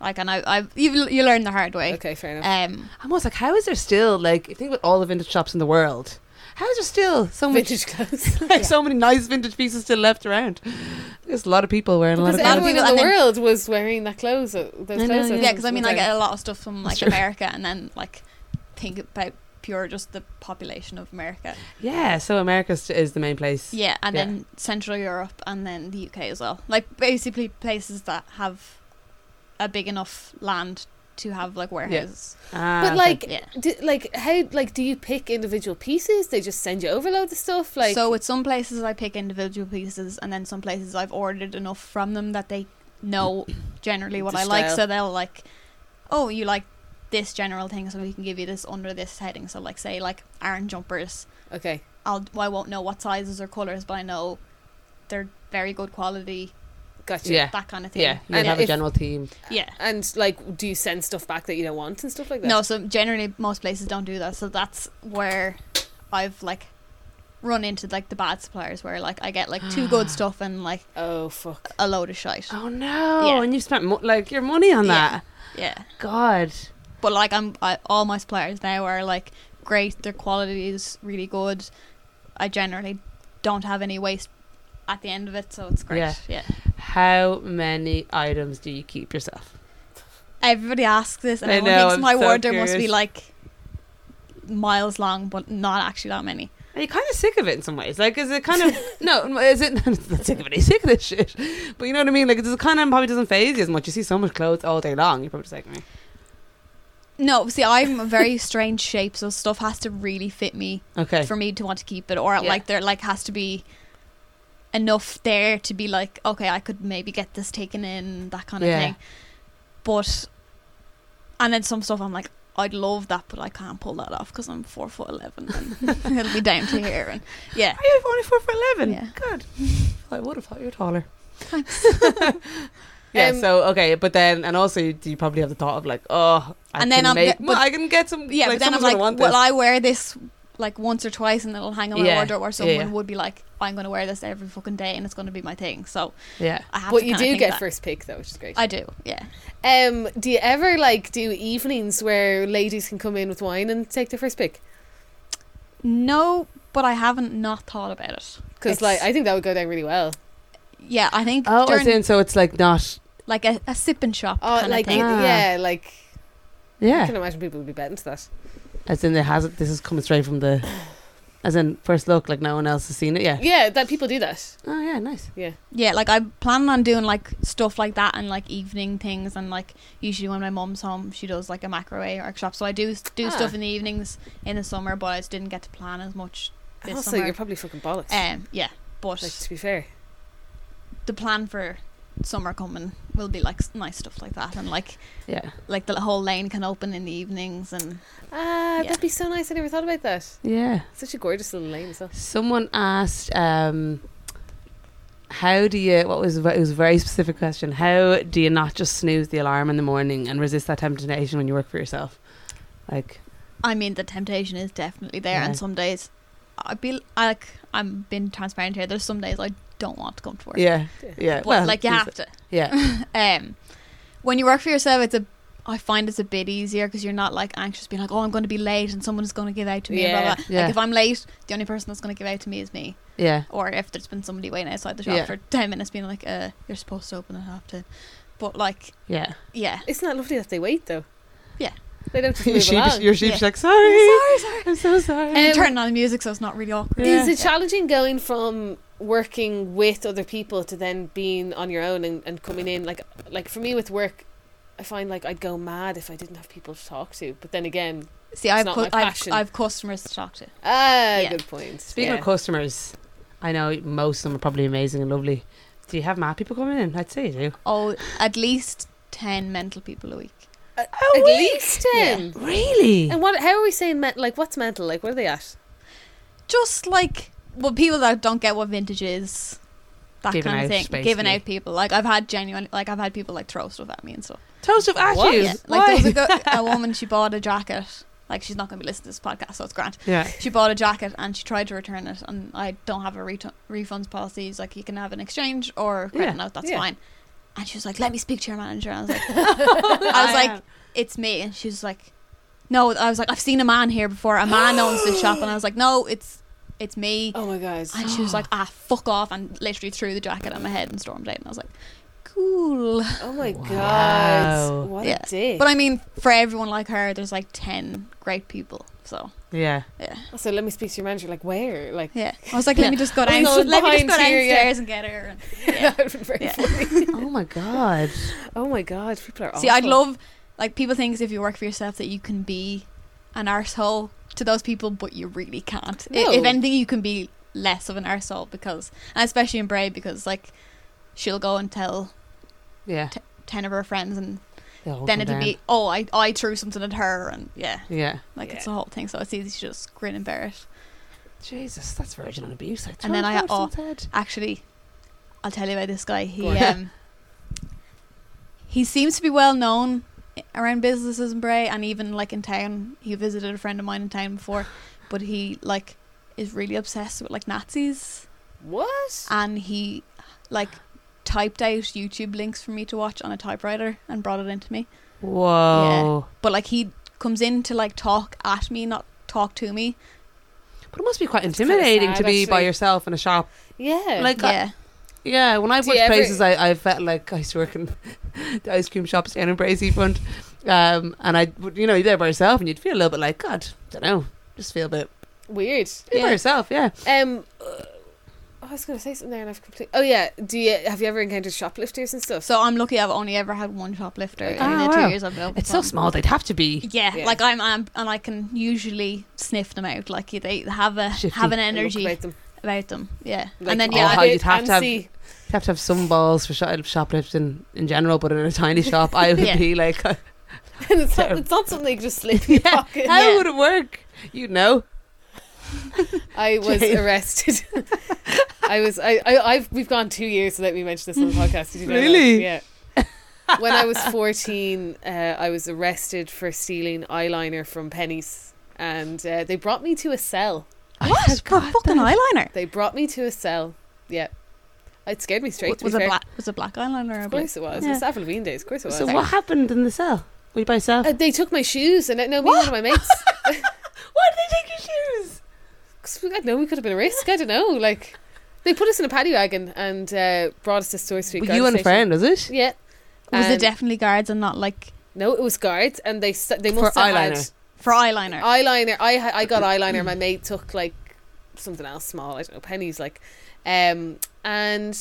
like and I, I've you you learn the hard way. Okay, fair enough. Um, I'm almost like how is there still like if you think about all the vintage shops in the world how is there still so much vintage clothes. *laughs* *laughs* like, so many nice vintage pieces still left around there's a lot of people wearing a lot Because of lot of everyone people- in and the then- world was wearing that clothes. uh, Those I know, clothes. yeah. Oh, yeah, because I mean I get a lot of stuff from That's like true. America, and then like think about pure just the population of America. yeah so America is the main place Yeah, and Yeah. then Central Europe and then the UK as well. Like basically places that have a big enough land to have like warehouses. Ah, But okay. like, Yeah. do, like how like do you pick individual pieces? They just send you overload of stuff. Like so with some places I pick individual pieces and then some places I've ordered enough from them that they know generally what The I like style. so they'll like oh you like this general thing so we can give you this under this heading so like say like iron jumpers okay, I'll I won't know what sizes or colors but I know they're very good quality gotcha. yeah that kind of thing yeah you And have a if- general theme yeah And like, do you send stuff back that you don't want and stuff like that? No, so generally most places don't do that. So that's where I've like run into like the bad suppliers where like I get like two *gasps* good stuff and like Oh fuck. a load of shite. Oh no! Yeah. And you've spent mo- like your money on Yeah. that. Yeah. God. But like I'm I, all my suppliers now are like great. Their quality is really good. I generally don't have any waste at the end of it, so it's great. Yeah. Yeah. How many items do you keep yourself? Everybody asks this and I everyone know, thinks I'm my so wardrobe must be curious. like miles long, but not actually that many. Are you kind of sick of it in some ways? Like, is it kind of no? Is it *laughs* not sick of it? You're sick of this shit. But you know what I mean? Like, it's kind of probably doesn't phase you as much. You see so much clothes all day long. You're probably just like, "Mm, "Meh." No, see I'm *laughs* a very strange shape, so stuff has to really fit me okay, for me to want to keep it or Yeah. like there like has to be enough there to be like, okay, I could maybe get this taken in, that kind Yeah. of thing. But, and then some stuff I'm like, I'd love that, but I can't pull that off because I'm four foot eleven and *laughs* it'll be down to here. And yeah, Are you only four for eleven? Yeah. Good. I would have thought you were taller. Thanks. yeah. Um, so okay, but then and also you, you probably have the thought of like, oh, I can And then I'm make, get- well, but- I can get some. yeah, like, but then I'm someone's like, gonna want will this. I wear this like once or twice and it'll hang on my Yeah, wardrobe, or yeah, someone yeah. would be like, I'm going to wear this every fucking day and it's going to be my thing. So yeah. I have But to you kinda do think get that. first pick though, which is great. I do, yeah. Um, do you ever like do evenings where ladies can come in with wine and take their first pick? No, but I haven't not thought about it. Because It's- like I think that would go down really well. Yeah, I think Oh, during as in, so it's like not. like a, a sip and shop Oh, kind like of thing. Ah. yeah, like I Yeah, can imagine people would be betting to that. as in it has. This is coming straight from the, as in first look, like no one else has seen it. Yeah. Yeah, that people do that. Oh yeah, nice. Yeah, like I'm planning on doing like stuff like that and like evening things and like usually when my mum's home she does like a macrowave workshop. So I do do Ah. stuff in the evenings in the summer, but I just didn't get to plan as much. And This also, summer. you're probably fucking bollocks. Um, yeah, but like to be fair, the plan for summer coming will be like s- nice stuff like that and like Yeah. like the whole lane can open in the evenings and ah, Yeah. that'd be so nice. I never thought about that. Yeah. Such a gorgeous little lane as well. Someone asked, um, how do you, what was, it was a very specific question. How do you not just snooze the alarm in the morning and resist that temptation when you work for yourself? Like, I mean the temptation is definitely there Yeah. and some days I be I, like I'm being transparent here. There's some days I don't want to come to work. yeah, yeah. But like you it's- have to. Yeah, um, when you work for yourself, it's a I find it's a bit easier because you're not like anxious being like, oh, I'm going to be late and someone's going to give out to me. Yeah. Blah, blah. Yeah. Like if I'm late, the only person that's going to give out to me is me. yeah, Or if there's been somebody waiting outside the shop Yeah. for ten minutes, being like, uh, you're supposed to open at half ten. But like, yeah. yeah, Isn't that lovely that they wait though? Yeah. they don't just *laughs* *laughs* Your move sheep's, along. your sheep's Yeah. like, sorry. sorry, sorry. I'm so sorry. And Um, turning on the music, so it's not really awkward. Yeah. Is it challenging going from working with other people to then being on your own and, and coming in like like for me with work I find like I'd go mad if I didn't have people to talk to. But then again See, I've, not cu- my I've passion. I've customers to talk to. Ah Yeah. good point. Speaking Yeah. of customers, I know most of them are probably amazing and lovely. Do you have mad people coming in? I'd say you do. Oh, at least ten mental people a week. At least ten. Really? And what how are we saying men- like what's mental? Like where are they *laughs* at? just like well, people that don't get what vintage is, that Giving kind of out thing. space, giving yeah. out people. Like I've had genuine, like I've had people like throw stuff at me and stuff. Toast of What? ashes. Yeah, like there was a, go- *laughs* a woman she bought a jacket. Like she's not going to be listening to this podcast, so it's grand. yeah. She bought a jacket and she tried to return it, and I don't have a retu- refunds policy. It's like you can have an exchange or credit Yeah, note. That's yeah. fine. And she was like, "Let me speak to your manager." And I was like, *laughs* "I was like, it's me," and she was like, "No." I was like, "I've seen a man here before. A man owns this shop," and I was like, "No, it's it's me." Oh my god. And she was like, ah, fuck off, and literally threw the jacket at my head and stormed out. And I was like, cool. Oh my Wow. god. What Yeah. a dick. But I mean, for everyone like her, there's like 10 great people. So, yeah. so let me speak to your manager, like where? Like yeah. I was like, let me just go down. Hang on, let me just behind go here, yeah. downstairs and get her. And, *laughs* that would be very Yeah. funny. Oh my god. Oh my god, people are see, I'd awful. love, like, people think if you work for yourself that you can be an arsehole to those people, but you really can't. I- No. If anything, you can be less of an arsehole because, and especially in Bray, because, like, she'll go and tell Yeah. 10 of her friends and They all then come it'll down. be oh I, I threw something at her and yeah Yeah. like it's Yeah. a whole thing so it's easy to just grin and bear it Jesus, that's virginal abuse. Like, And then I- throw it at someone's head. actually I'll tell you about this guy he Go on. um *laughs* he seems to be well known i- around businesses in Bray and even like in town he visited a friend of mine in town before but he like is really obsessed with like Nazis What? and he like typed out YouTube links for me to watch on a typewriter and brought it into me Whoa. but like he comes in to like talk at me not talk to me But it must be quite That's kinda intimidating to sad, be by actually. yourself in a shop. Yeah. Like, I- yeah yeah, when I've Do you worked ever- places, I, I felt like I used to work in *laughs* the ice cream shops down in Brazy Front. Um, and I, would- you know, you're there by yourself and you'd feel a little bit like, God, don't know. Just feel a bit weird. be by yourself, yeah. Um, uh, I was going to say something there, and I've completely. Oh yeah, do you have you ever encountered shoplifters and stuff? So I'm lucky I've only ever had one shoplifter in Ah, the two wow. years I've been open. It's so for. small, they'd have to be. Yeah, Yeah. like I'm, I'm, and I can usually sniff them out. Like they have a Shifty. have an And look energy. about them. about them. Yeah, Like, and then Oh, yeah, how I did- you'd have to have- antsy. You have to have some balls for shop- shoplifting in general, but in a tiny shop, I *laughs* would Yeah. be like, uh, how and *laughs* it's not, it's not something you can just slip in *laughs* your pocket. Yeah. would it work? You know, *laughs* I was Jane. arrested. *laughs* I was. I, I. I've. We've gone two years without me mention this on the *laughs* podcast. Did you know that? Really? Yeah. when I was fourteen, uh, I was arrested for stealing eyeliner from pennies, and uh, they brought me to a cell. what? God, fucking eyeliner. They brought me to a cell. Yeah, it scared me straight. to was be it fair. black? Was it black eyeliner? Or a Of blue? course it was. It Yeah. was Avril Lavigne days. Of course it was. So what happened in the cell? Were you by yourself? Uh, they took my shoes, and I know me and one of my mates. *laughs* Why did they take your shoes? 'Cause we- I don't know we could have been a risk. I don't know. Like, they put us in a paddy wagon and uh, brought us to Store Street. Were Guard you and a Station. friend, was it? Yeah. Was Um, it definitely guards and not like No, it was guards, and they s- they For must have eyeliner. for eyeliner? had eyeliner. I ha- I got eyeliner. My mate took like something else small. I don't know pennies like, um and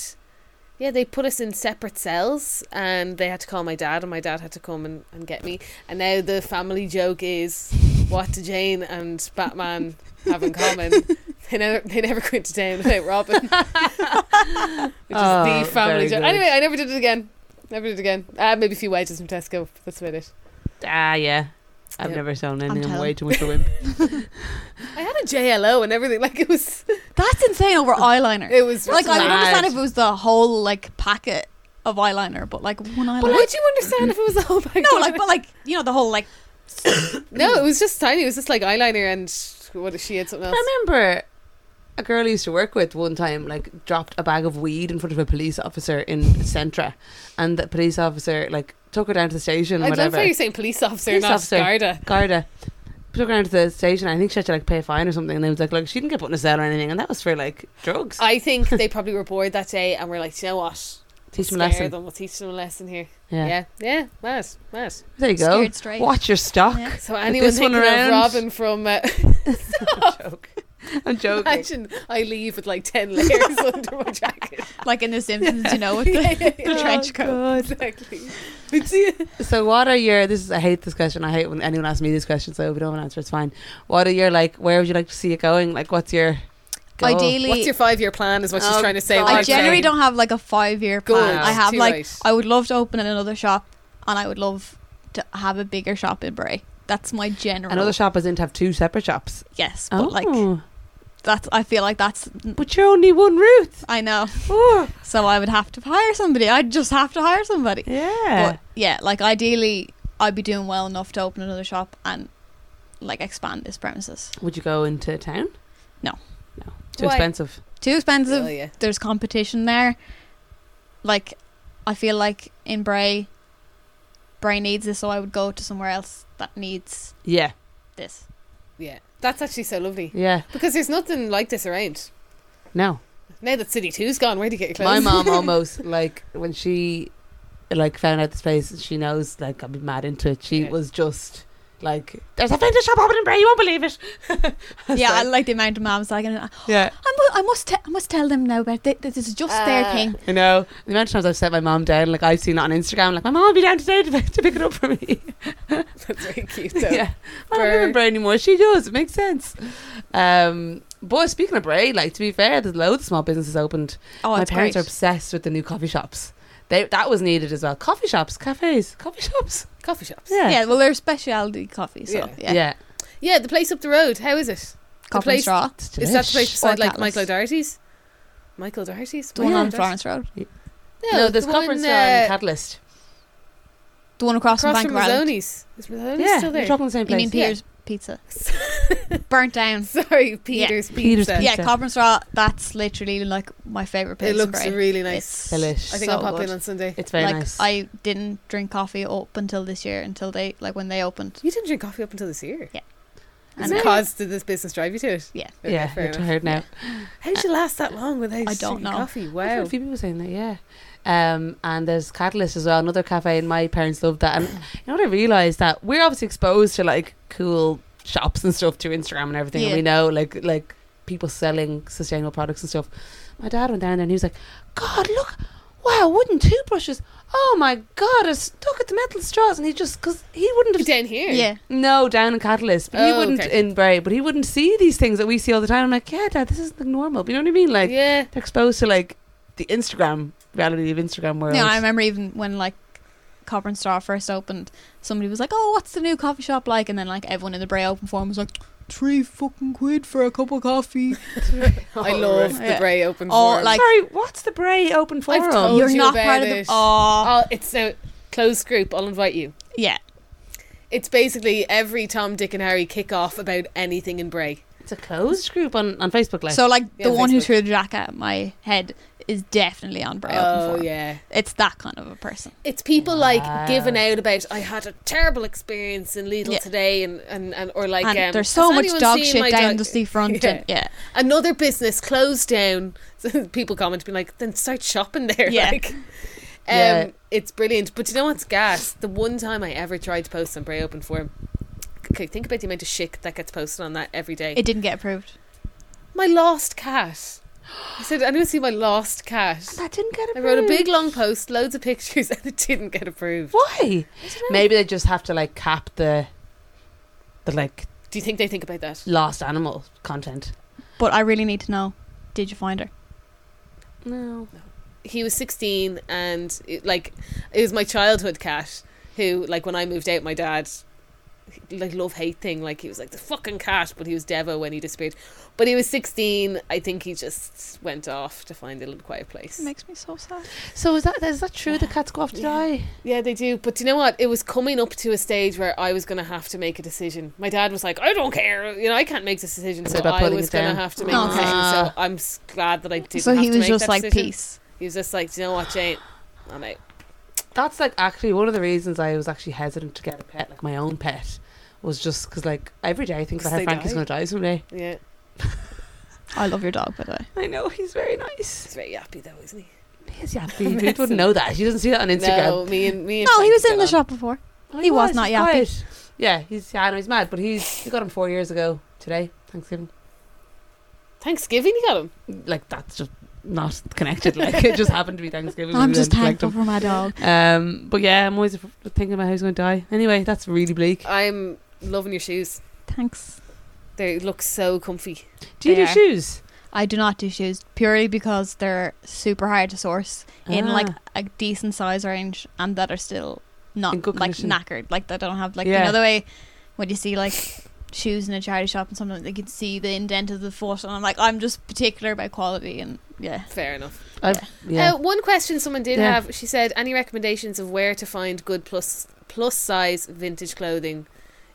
yeah they put us in separate cells and they had to call my dad and my dad had to come and, and get me and now the family joke is what do Jane and Batman have in common *laughs* they never they never go into town without Robin *laughs* which Oh, is the family very joke good. anyway I never did it again never did it again uh, maybe a few wedges from Tesco but that's about it Ah, yeah. I've Yeah. never shown I'm anyone telling. way too much of a wimp. I had a JLO and everything. Like it was, That's insane over eyeliner. it was. like I would mad. understand if it was the whole like packet of eyeliner, but like one eyeliner. but would you understand if it was the whole bag? *laughs* *laughs* no, like but like you know the whole like no, it was just tiny. It was just like eyeliner and what she had something I else. remember a girl I used to work with one time like dropped a bag of weed in front of a police officer in Centra, and the police officer like took her down to the station. I love whatever. how you're saying police officer, Police not officer. Garda. Garda. Took her down to the station. I think she had to like pay a fine or something. And they was like, "Look, she didn't get put in a cell or anything." And that was for like drugs. I think they probably were bored that day and were like, "Do you know what? Teach them a Scare lesson. Them. We'll teach them a lesson here. Yeah. Yeah, yeah, mad, mad. There you go. scared straight. Watch your stock. Yeah. So anyone this one thinking of around- Robin from *laughs* uh, I'm joking. *laughs* I'm joking. Imagine *laughs* I leave with like ten layers *laughs* under my *laughs* jacket. *laughs* like in The Simpsons, you know, with the, Yeah, yeah, the yeah. Oh, trench coat. Exactly. It's- So, what are your? This is. I hate this question. I hate when anyone asks me this question. So, if we don't have an answer, it's fine. What are your like? Where would you like to see it going? Like, what's your goal? Ideally, What's your five-year plan? Is what she's Oh, trying to say. God. while I I'm generally saying- don't have like a five year plan. Goals, I have too like right. I would love to open another shop, and I would love to have a bigger shop in Bray. That's my general. Another shop is in to have two separate shops. yes, Oh, but like that's I feel like that's but you're only one route. I know. Oh, So I would have to hire somebody. I'd just have to hire somebody. yeah. But yeah, like ideally, I'd be doing well enough to open another shop and like expand this premises. would you go into town? No. no, too Why? expensive. Too expensive. Oh, yeah. There's competition there. Like, I feel like in Bray, Bray needs this, so I would go to somewhere else that needs Yeah, this. *laughs* Yeah, that's actually so lovely yeah. because there's nothing like this around. No, Now that City Two's gone, where do you get your my clothes? *laughs* *laughs* mom almost like when she like found out this place. She knows like I'd be mad into it. She Yeah. was just like, "There's a vendor shop opening, Bray. You won't believe it." was yeah, I like- like the amount of moms like, I, mu- *gasps* yeah. I must, te- I must tell them now about this. This is just Uh, their thing. You know, the amount of times I've set my mom down, like I've seen it on Instagram, like my mom will be down today to, pick- to pick it up for me. *laughs* That's very cute though. *laughs* yeah, I don't Brr. live in Bray anymore. She does. It makes sense. Um, but speaking of Bray, like to be fair, there's loads of small businesses opened. Oh, my it's parents great. are obsessed with the new coffee shops. They that was needed as well. Coffee shops, cafes, coffee shops. Coffee shops. Yeah, yeah, well, they're specialty coffee, so Yeah. yeah. yeah. Yeah, the place up the road. How is it? Coffee place- and straw. It's Is that the place delish. beside Or like Atlas. Michael O'Doherty's? Michael O'Doherty's? The one Michael on O'Doherty's? Florence Road. No, there's the Copper one, and Straw uh, and Catalyst. The one across, across from from Bank of Ireland. Mazzoni's. Is Mazzoni's Yeah, still you're there? talking the same You place. mean Peter's Pizza? Burnt *laughs* down. Sorry, Peter's Peter's Pizza. Pizza. Yeah, Copper and Straw, that's literally like my favourite It place. in looks Bray. really nice. It's Delish. I think so I'll pop good. in on Sunday. It's very like nice. I didn't drink coffee up until this year, until they like when they opened. You didn't drink coffee up until this year. Yeah. Is And it I- cause did this business drive you to it? Yeah. Okay, yeah, fair you're enough. tired now. How did you last that long without I don't drinking know. coffee? I've heard Wow. a few people saying that, yeah. Um, and there's Catalyst as well, another cafe, and my parents love that. And you know what I realised that we're obviously exposed to like cool shops and stuff through Instagram and everything, and Yeah. we know like like people selling sustainable products and stuff. My dad went down there and he was like, "God, look." wow, wooden toothbrushes. Oh my god, I stuck at the metal straws, and he just because he wouldn't have down here. Yeah. no, down in Catalyst. But he Oh, wouldn't okay. in Bray, but he wouldn't see these things that we see all the time. I'm like, yeah, dad, this isn't like, normal. But you know what I mean? Like, yeah. they're exposed to like the Instagram reality of Instagram world. No, I remember even when like Copper and Star first opened, somebody was like, "Oh, what's the new coffee shop like?" And then like everyone in the Bray Open forum was like, three fucking quid for a cup of coffee." I love the Yeah. Bray open Oh, forum. like- Oh, Sorry, what's the Bray open I've forum? told You're you not about part of the. it. Oh, oh, it's a closed group. I'll invite you. yeah. It's basically every Tom, Dick, and Harry kick off about anything in Bray. It's a closed group on, on Facebook. Like, So like Yeah, the one who Facebook. threw the jack at my head is definitely on Bray Open Oh forum. yeah, It's that kind of a person. it's people Wow. like giving out about I had a terrible experience in Lidl Yeah. today, and, and, and or like and um, there's so "Has much anyone dog seen shit my down dog-" the sea front. Yeah. And, yeah. Another business closed down. *laughs* So people comment being like, then start shopping there. *laughs* Yeah. Like, um, Yeah. it's brilliant. But you know what's gas? The one time I ever tried to post on Bray Open Forum. Okay, think about the amount of shit that gets posted on that every day. It didn't get approved. my lost cat. I said, I need to see my lost cat. that didn't get I approved. wrote a big long post, loads of pictures, *laughs* and it didn't get approved. Why? Maybe they just have to like cap the the like Do you think they think about that? lost animal content. But I really need to know. Did you find her? No. He was 16, and it, like, it was my childhood cat who, like, when I moved out, my dad, like, love hate thing. Like, he was like, the fucking cat, but he was Devo when he disappeared. But he was 16. I think he just went off to find a little quiet place. It makes me so sad. So is that is that true? The cats go off to Yeah. die. Yeah, they do. But do you know what? It was coming up to a stage where I was going to have to make a decision. My dad was like, I don't care. You know, I can't make this decision. Is So it about I putting was it going to down? have to make a Okay. Uh-huh. decision. So Ah. I'm s- glad that I didn't so have he to was make just that like decision. peace. He was just like, do you know what, Jane? I'm out. That's like actually one of the reasons I was actually hesitant to get a pet, like my own pet, was just because like every day I think that Because they her Frankie's die. going to die someday. Yeah. I love your dog, by the way. I know he's very nice. He's very happy though, isn't he? He's *laughs* happy. He wouldn't know that. He doesn't see that on Instagram. No, me and me and No, he Frankie was in get the on. shop before. Oh, He was not he's yappy. quiet. Yeah, he's yeah, I know he's mad, but he's he got him four years ago today, Thanksgiving. Thanksgiving you got him. Like that's just not connected. Like it just happened to be Thanksgiving. I'm we just went to collect thankful for my dog. him. Um, but yeah, I'm always af- thinking about how he's going to die. Anyway, that's really bleak. I'm loving your shoes. Thanks. They look so comfy. Do you They do are. shoes? I do not do shoes purely because they're super hard to source in like Ah. a decent size range and that are still not In good like condition. knackered. Like they don't have like you Yeah. know the way when you see like shoes in a charity shop and sometimes they can see the indent of the foot and I'm like I'm just particular about quality and yeah. Fair enough. I've, yeah. oh, Uh, one question someone did Yeah. have, she said, any recommendations of where to find good plus plus size vintage clothing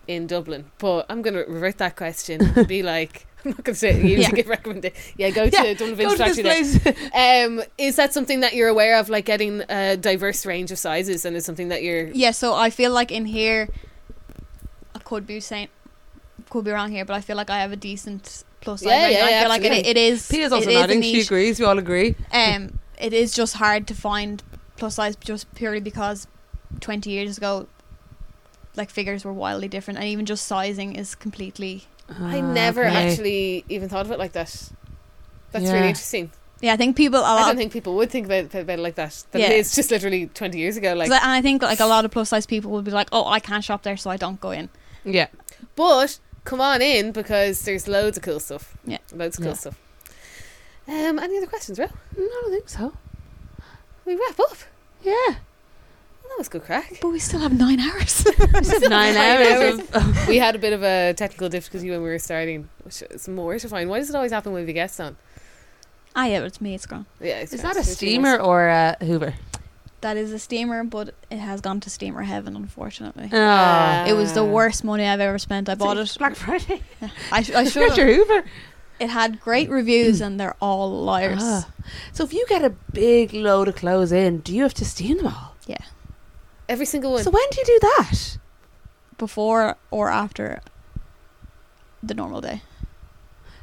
in Dublin? But I'm going to revert that question and be like, I'm not going to say it, you Yeah. to give recommendations. Yeah, go to Yeah, Dublin Go Vintage to this Factory. there. place. *laughs* Um, is that something that you're aware of, like getting a diverse range of sizes, and is something that you're Yeah, so I feel like in here, I could be saying, could be wrong here, but I feel like I have a decent plus size. Yeah, range. yeah, I yeah, feel like it, absolutely. it is. Pia's also it is a nodding. She niche. agrees. We all agree. Um, it is just hard to find plus size just purely because twenty years ago, like figures were wildly different, and even just sizing is completely. I Ah, never okay. actually even thought of it like that. That's Yeah. really interesting. Yeah, I think people a I lot. don't think people would think about, about it like that. That Yeah. it is just literally 20 years ago. Like, 'cause I- and I think like a lot of plus size people would be like, oh, I can't shop there, so I don't go in. *laughs* Yeah. But come on in because there's loads of cool stuff. Yeah. Loads of cool Yeah. stuff. Um, any other questions, Ro? No, I don't think so. We wrap up. Yeah. Well, that was good crack. But we still have nine *laughs* hours. This is nine Nine hours of. we had a bit of a technical difficulty when we were starting, which is mortifying. Why does it always happen when we have a guest on? ah, yeah, but it's me. It's gone. Yeah, it's *laughs* Is fine. that a It's really steamer or a Hoover? That is a steamer, but it has gone to steamer heaven, unfortunately. Oh. Uh, It was the Ah. worst money I've ever spent. I bought it. Black Friday. I, sh- I *laughs* should Get your Hoover. It had great reviews, and they're all liars. Ah. So if you get a big load of clothes in, do you have to steam them all? nice. Every single one. So when do you do that? Before or after the normal day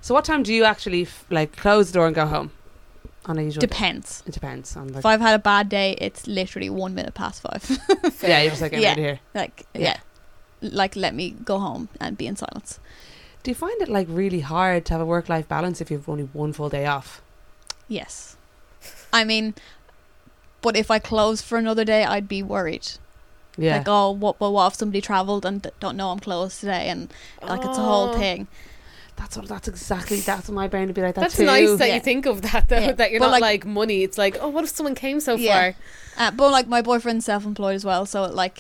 So what time do you actually f- like close the door and go home? On a usual. day? depends. It depends on the. If I've had a bad day, it's literally one minute past five. *laughs* Yeah, you're just like I'm Yeah. out of here. like yeah. Yeah. like let me go home and be in silence. Do you find it like really hard to have a work-life balance if you've only one full day off? Yes, I mean But if I closed for another day, I'd be worried. Yeah. Like, oh, what, what, what if somebody travelled and d- don't know I'm closed today? And like, it's a whole Oh. thing. that's what. That's exactly. That's what my brain would be like. That That's too. nice that Yeah. you think of that though. Yeah. That you're Well, not like, like- money. It's like, oh, what if someone came so Yeah. far? Uh, but like, my boyfriend's self employed as well. So, like,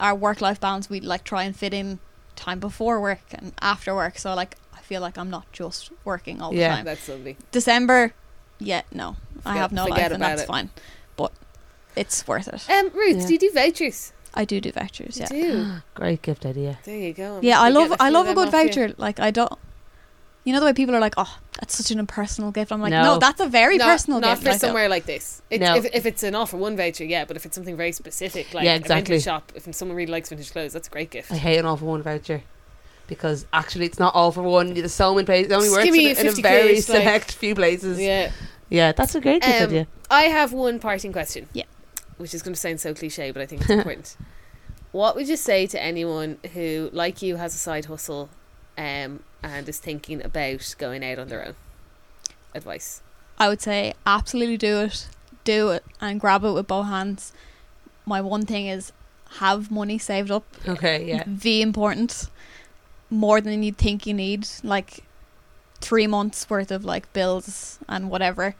our work life balance, we like try and fit in time before work and after work. So, like, I feel like I'm not just working all the Yeah. time. That's lovely. December, yeah, no, I Forget- have no forget life, and about that's it. fine. But it's worth it. Um, Ruth, Yeah. do you do vouchers? I do do vouchers, You yeah. do. Great gift idea. There you go. I'm Yeah, I gonna love get I few of love a them good off you. voucher. Like I don't, you know the way people are like, oh, that's such an impersonal gift. I'm like, no, No. that's a very not, personal not gift. for Like, uh, somewhere like this. It, No. if, if it's an offer one voucher, yeah, but if it's something very specific, like Yeah, a exactly. vintage shop, if someone really likes vintage clothes, that's a great gift. I hate an all for one voucher because actually it's not all for one. There's so many places. It only Just works give in, me a- in a 50 very quid, like- select few places. Yeah. Yeah, that's a great Um, gift idea. I have one parting question. Yeah. which is going to sound so cliche, but I think it's *laughs* important. What would you say to anyone who, like you, has a side hustle, um, and is thinking about going out on their own? Advice. I would say absolutely do it, do it, and grab it with both hands. My one thing is have money saved up. Okay, yeah, the important more than you think you need. Like three months worth of like bills and whatever.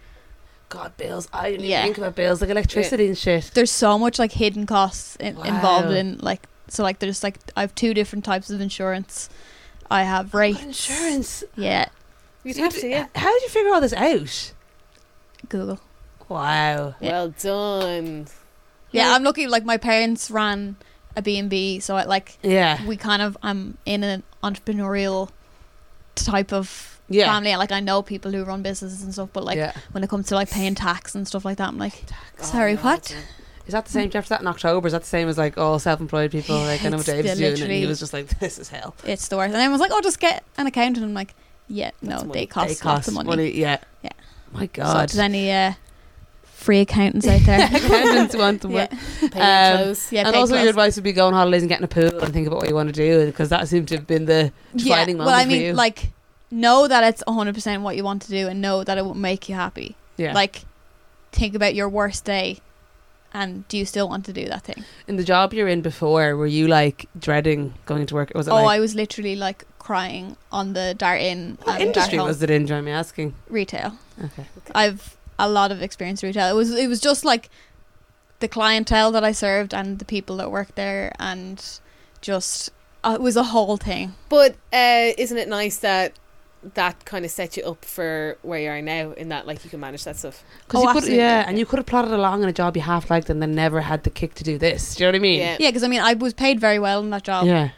God, bills. I didn't Yeah. even think about bills like electricity and shit. there's so much like hidden costs in- involved Wow. in like so like there's like I have two different types of insurance. I have rates. But Oh, insurance. Yeah, You'd You have d- to, yeah. How did you figure all this out? Google. Wow. Yeah. Well done. Yeah, Yeah. I'm lucky. Like my parents ran a B and B, so I like Yeah. we kind of I'm in an entrepreneurial type of Yeah. family. Like I know people who run businesses and stuff, but like yeah. when it comes to like paying tax and stuff like that, I'm like, sorry, Oh, well what? done. Is that the same chapter that in October? Is that the same as like all self-employed people? Like I know It's Dave's the- doing, it and he literally- was just like, "This is hell." it's the worst. And everyone's like, oh, just get an accountant. And I'm like, yeah, no, That's money. they They cost, They cost lots of money. Yeah. Yeah. My So God. if there's *laughs* any uh, free accountants out there? Accountants want to *laughs* yeah, work. Pay your Um, clothes. yeah. and paid also, class. your advice would be go on holidays and get in a pool and think about what you want to do because that seemed to have been the defining well, moment I for mean, you. like, know that it's 100% what you want to do and know that it will make you happy. yeah. Like, think about your worst day and do you still want to do that thing? in the job you're in before, were you like dreading going to work? Was it Oh, like I was literally like crying on the dart in what and industry dart home. was it in? Do you mind me asking? retail. Okay. I've a lot of experience in retail. It was it was just like the clientele that I served and the people that worked there and just uh, it was a whole thing. But uh, isn't it nice that that kind of set you up for where you are now? In that, like, you can manage that stuff. 'Cause Oh, you could, absolutely, yeah, yeah. and you could have plodded along in a job you half liked and then never had the kick to do this. Do you know what I mean? Yeah. Yeah, because I mean I was paid very well in that job, Yeah.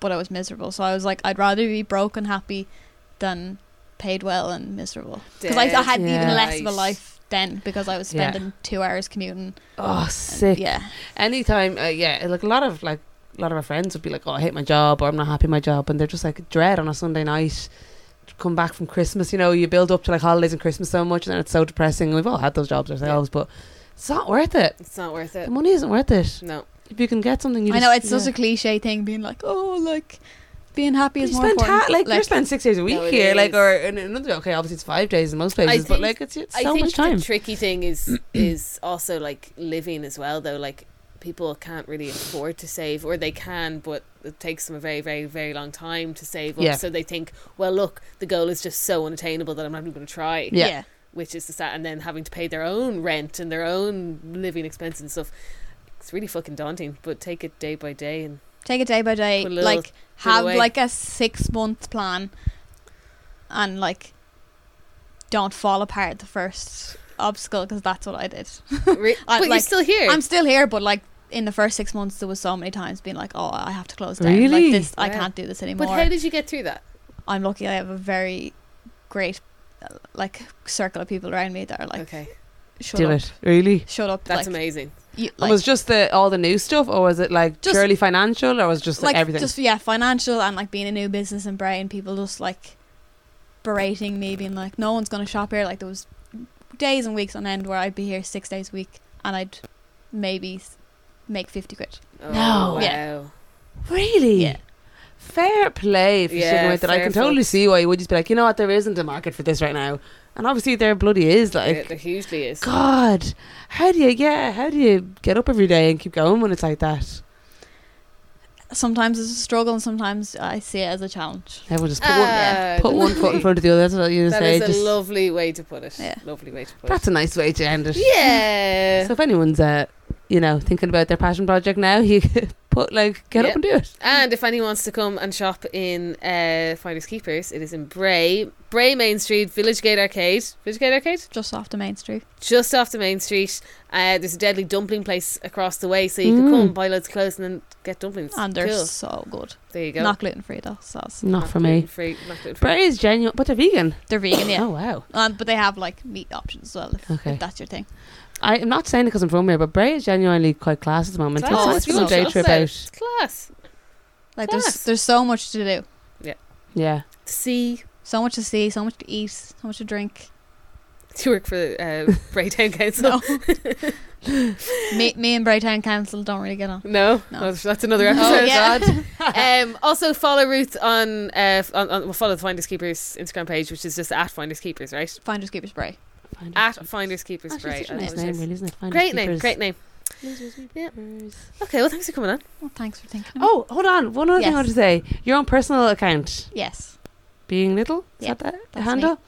but I was miserable. So I was like, I'd rather be broke and happy than paid well and miserable. Because I, I had even Yeah. less of a Right. life then because I was Yeah. spending two hours commuting. Oh, sick. Yeah, anytime uh, yeah like a lot of like a lot of our friends would be like oh i hate my job or i'm not happy with my job and they're just like dread on a sunday night to come back from christmas you know you build up to like holidays and christmas so much and then it's so depressing we've all had those jobs ourselves but it's not worth it It's not worth it. the money isn't worth it No. if you can get something you I just, know it's yeah. such a cliche thing, being like, oh, like being happy you is more spend important. ta- like, you're spending six days a week No, it here, like is. or in another. Okay, obviously it's five days in most places, but think- like it's, it's I so think much time. the tricky thing is *clears throat* is also like living as well, though. Like people can't really afford to save, or they can, but it takes them a very, very, very long time to save up. Yeah. So they think, well, look, the goal is just so unattainable that I'm not even going to try. Yeah. Which is the sad, and then having to pay their own rent and their own living expenses and stuff. It's really fucking daunting, but take it day by day and take it day by day Put a little like bit have away. like a six month plan and like don't fall apart at the first obstacle because that's what i did *laughs* Re- I- but you're like, still here. i'm still here but like in the first six months there was so many times being like oh i have to close down Really? like this i Wow. can't do this anymore but how did you get through that? i'm lucky i have a very great uh, like circle of people around me that are like okay, shut Do up it really. shut up that's like, amazing. you- and was just the all the new stuff, or was it like Just- purely financial, or was it just like, everything? just yeah financial and like being a new business in Bray and people just like berating me being like no one's gonna shop here like there was days and weeks on end where I'd be here six days a week and I'd maybe s- make 50 quid Oh, No. wow. Yeah. Really? Yeah. Fair play for Yeah, sticking with it. I fair can totally fucks. see why you would just be like, you know what, there isn't a market for this right now. And obviously there bloody is like there, there hugely is. God, how do you yeah, how do you get up every day and keep going when it's like that? Sometimes it's a struggle, and sometimes I see it as a challenge. Everyone just put, Ah, one, put one *laughs* foot in front of the other. That's what you That say. is a just- lovely way to put it. Yeah. Lovely way to put that's a nice way to end it. it. Yeah. So if anyone's uh, you know, thinking about their passion project now, you *laughs* put like get Yeah. up and do it. And if anyone wants to come and shop in uh, Finders Keepers, it is in Bray, Bray Main Street, Village Gate Arcade, Village Gate Arcade, Just off the main street. just off the main street. Uh, there's a deadly dumpling place across the way, so you Mm. can come buy loads of clothes and then get dumplings. And they're cool. so good. there you go. Not gluten free though, so it's- Not for me. gluten-free, not gluten-free. Bray is genuine, but they're vegan. they're vegan, yeah. Oh wow. Um, but they have like meat options as well if, Okay. if that's your thing. I am not saying it because I'm from here, but Bray is genuinely quite class at the moment. Class, It's nice it's to lovely. day trip out. It's class. Like Class. there's there's so much to do, Yeah. See, so much to see, so much to eat, so much to drink. do you work for uh, Bray Town Council? No, me, me and Brighton Council don't really get on. No, No. Oh, that's another episode. Oh, yeah. *laughs* *laughs* um, also follow Ruth on, uh, f- on, on well, follow the Finders Keepers Instagram page, which is just at Finders Keepers, right? Finders keepers spray. Finders At Keepers. Finders Keepers. Actually, Bray. Ah, Oh, such a nice name, really, isn't it? Finders Great name, Keepers. great name. Yeah. Keepers. Okay, well, thanks for coming on. Well, thanks for thinking. of me. Oh, hold on. One other thing I want to Yes. say. Your own personal account, yes, being little, is Yeah, that that the that's handle?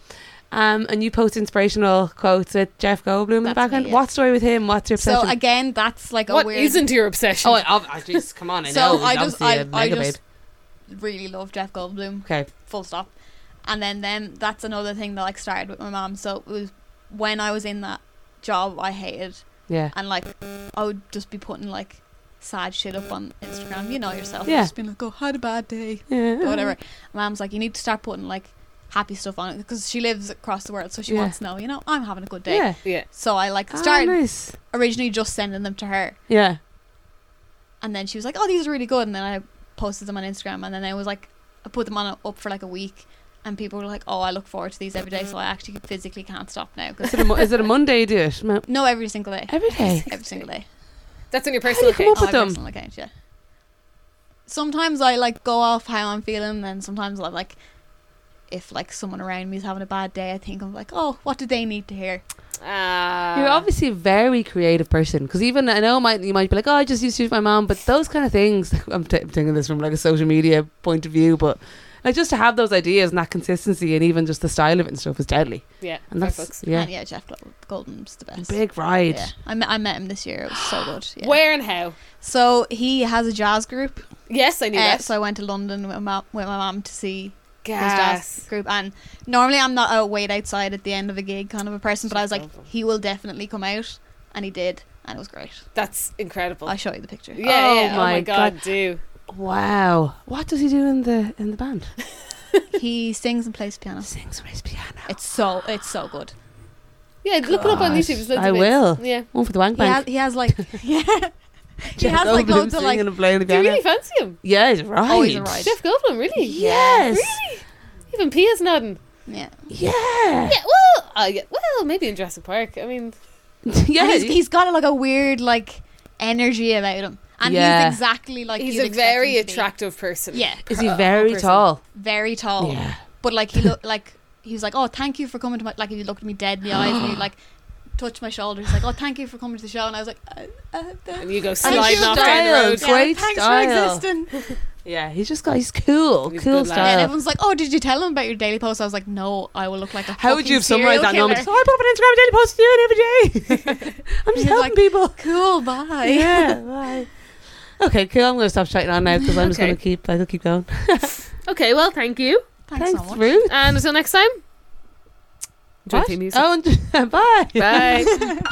Um, and you post inspirational quotes with Jeff Goldblum in the That's background. me, yeah. What story with him? What's your so obsession? again, that's like a What weird. not your obsession? oh, I, oh, I just come on. I so know. I he's just obviously I, a I mega just babe. really love Jeff Goldblum. Okay. full stop. And then them that's another thing that like started with my mom. So it was when I was in that job I hated Yeah. and like I would just be putting like sad shit up on Instagram, you know yourself. Yeah. Just being like, Oh, had a bad day Yeah. or whatever. Mom's like, You need to start putting like happy stuff on it because she lives across the world so she Yeah. wants to know, you know, I'm having a good day. Yeah. yeah. So I like Ah, started nice. originally just sending them to her Yeah. and then she was like, "Oh, these are really good." And then I posted them on Instagram, and then I was like, I put them on up for like a week, and people were like, "Oh, I look forward to these every day." So I actually physically can't stop now 'cause- *laughs* Is it a, mo- is it a Monday you do it? Mo- no, every single day, Every day. every single day. Oh, That's on *laughs* your personal you come account. up- with I them. personally can't, yeah. Sometimes I like go off how I'm feeling, and sometimes I like. If like someone around me is having a bad day, I think I'm like, oh, what do they need to hear? Ah. uh, You're obviously a very creative person because even I know might you might be like, oh, I just used to use my mom, but those kind of things. *laughs* I'm t- taking this from like a social media point of view, but like just to have those ideas and that consistency and even just the style of it and stuff is deadly. Yeah, And fair that's fucks. yeah, And yeah, Jeff Gold- Goldblum's the best. big ride. Yeah, I met, I met him this year. It was so good. Yeah. Where and how? So he has a jazz group Yes, I knew Uh, that. so I went to London with my with my mum to see his jazz Gas. group, and normally I'm not a wait outside at the end of a gig kind of a person, but I was like, he will definitely come out, and he did, and it was great. That's incredible. I'll show you the picture. yeah, Oh yeah. oh my my god, do. Wow, what does he do in the in the band? He sings and plays piano. Sings raise piano. It's so it's so good. Yeah, look it up on God. YouTube. There's loads I of bits. will. Yeah. One for the wank He has, bank. he *laughs* has like *laughs* yeah, he has like Goldblum loads of singing like and playing the Do you piano. really fancy him? Yeah, he's right. oh he's a ride. Jeff Goldblum, really? Yes. Really? Even Pia's nodding. Yeah, Yeah. Yeah, well, uh, yeah, well, maybe in Jurassic Park. I mean, yeah. And he's, he's got like a weird like energy about him, and Yeah. he's exactly like he's you'd a expect him very to be. attractive person. Yeah, is he per- very person. tall? very tall. Yeah. But like he looked like he was like, "Oh, thank you for coming to my like." He looked at me dead in the eyes and he like touched my shoulder. He's like, "Oh, thank you for coming to the show," and I was like, uh, uh, uh, And you go Thank sliding you. off down the road. Styles. Great thanks style. for existing." Yeah, he's just got he's cool, He's a cool good lad. style. Yeah, and everyone's like, "Oh, did you tell him about your daily post?" I was like, "No, I will look like a How would fucking you have summarized that serial moment? So killer." I put up an Instagram daily post with you and every day. I'm just He's helping like, people. Cool, bye. Yeah. bye. Okay, cool. I'm going to stop chatting on now because I'm just Okay. going to keep. I could keep going. Okay, well, thank you. Thanks, so much. Ruth. And until next time. Enjoy What? *laughs* theme music. Oh, and- bye. Bye.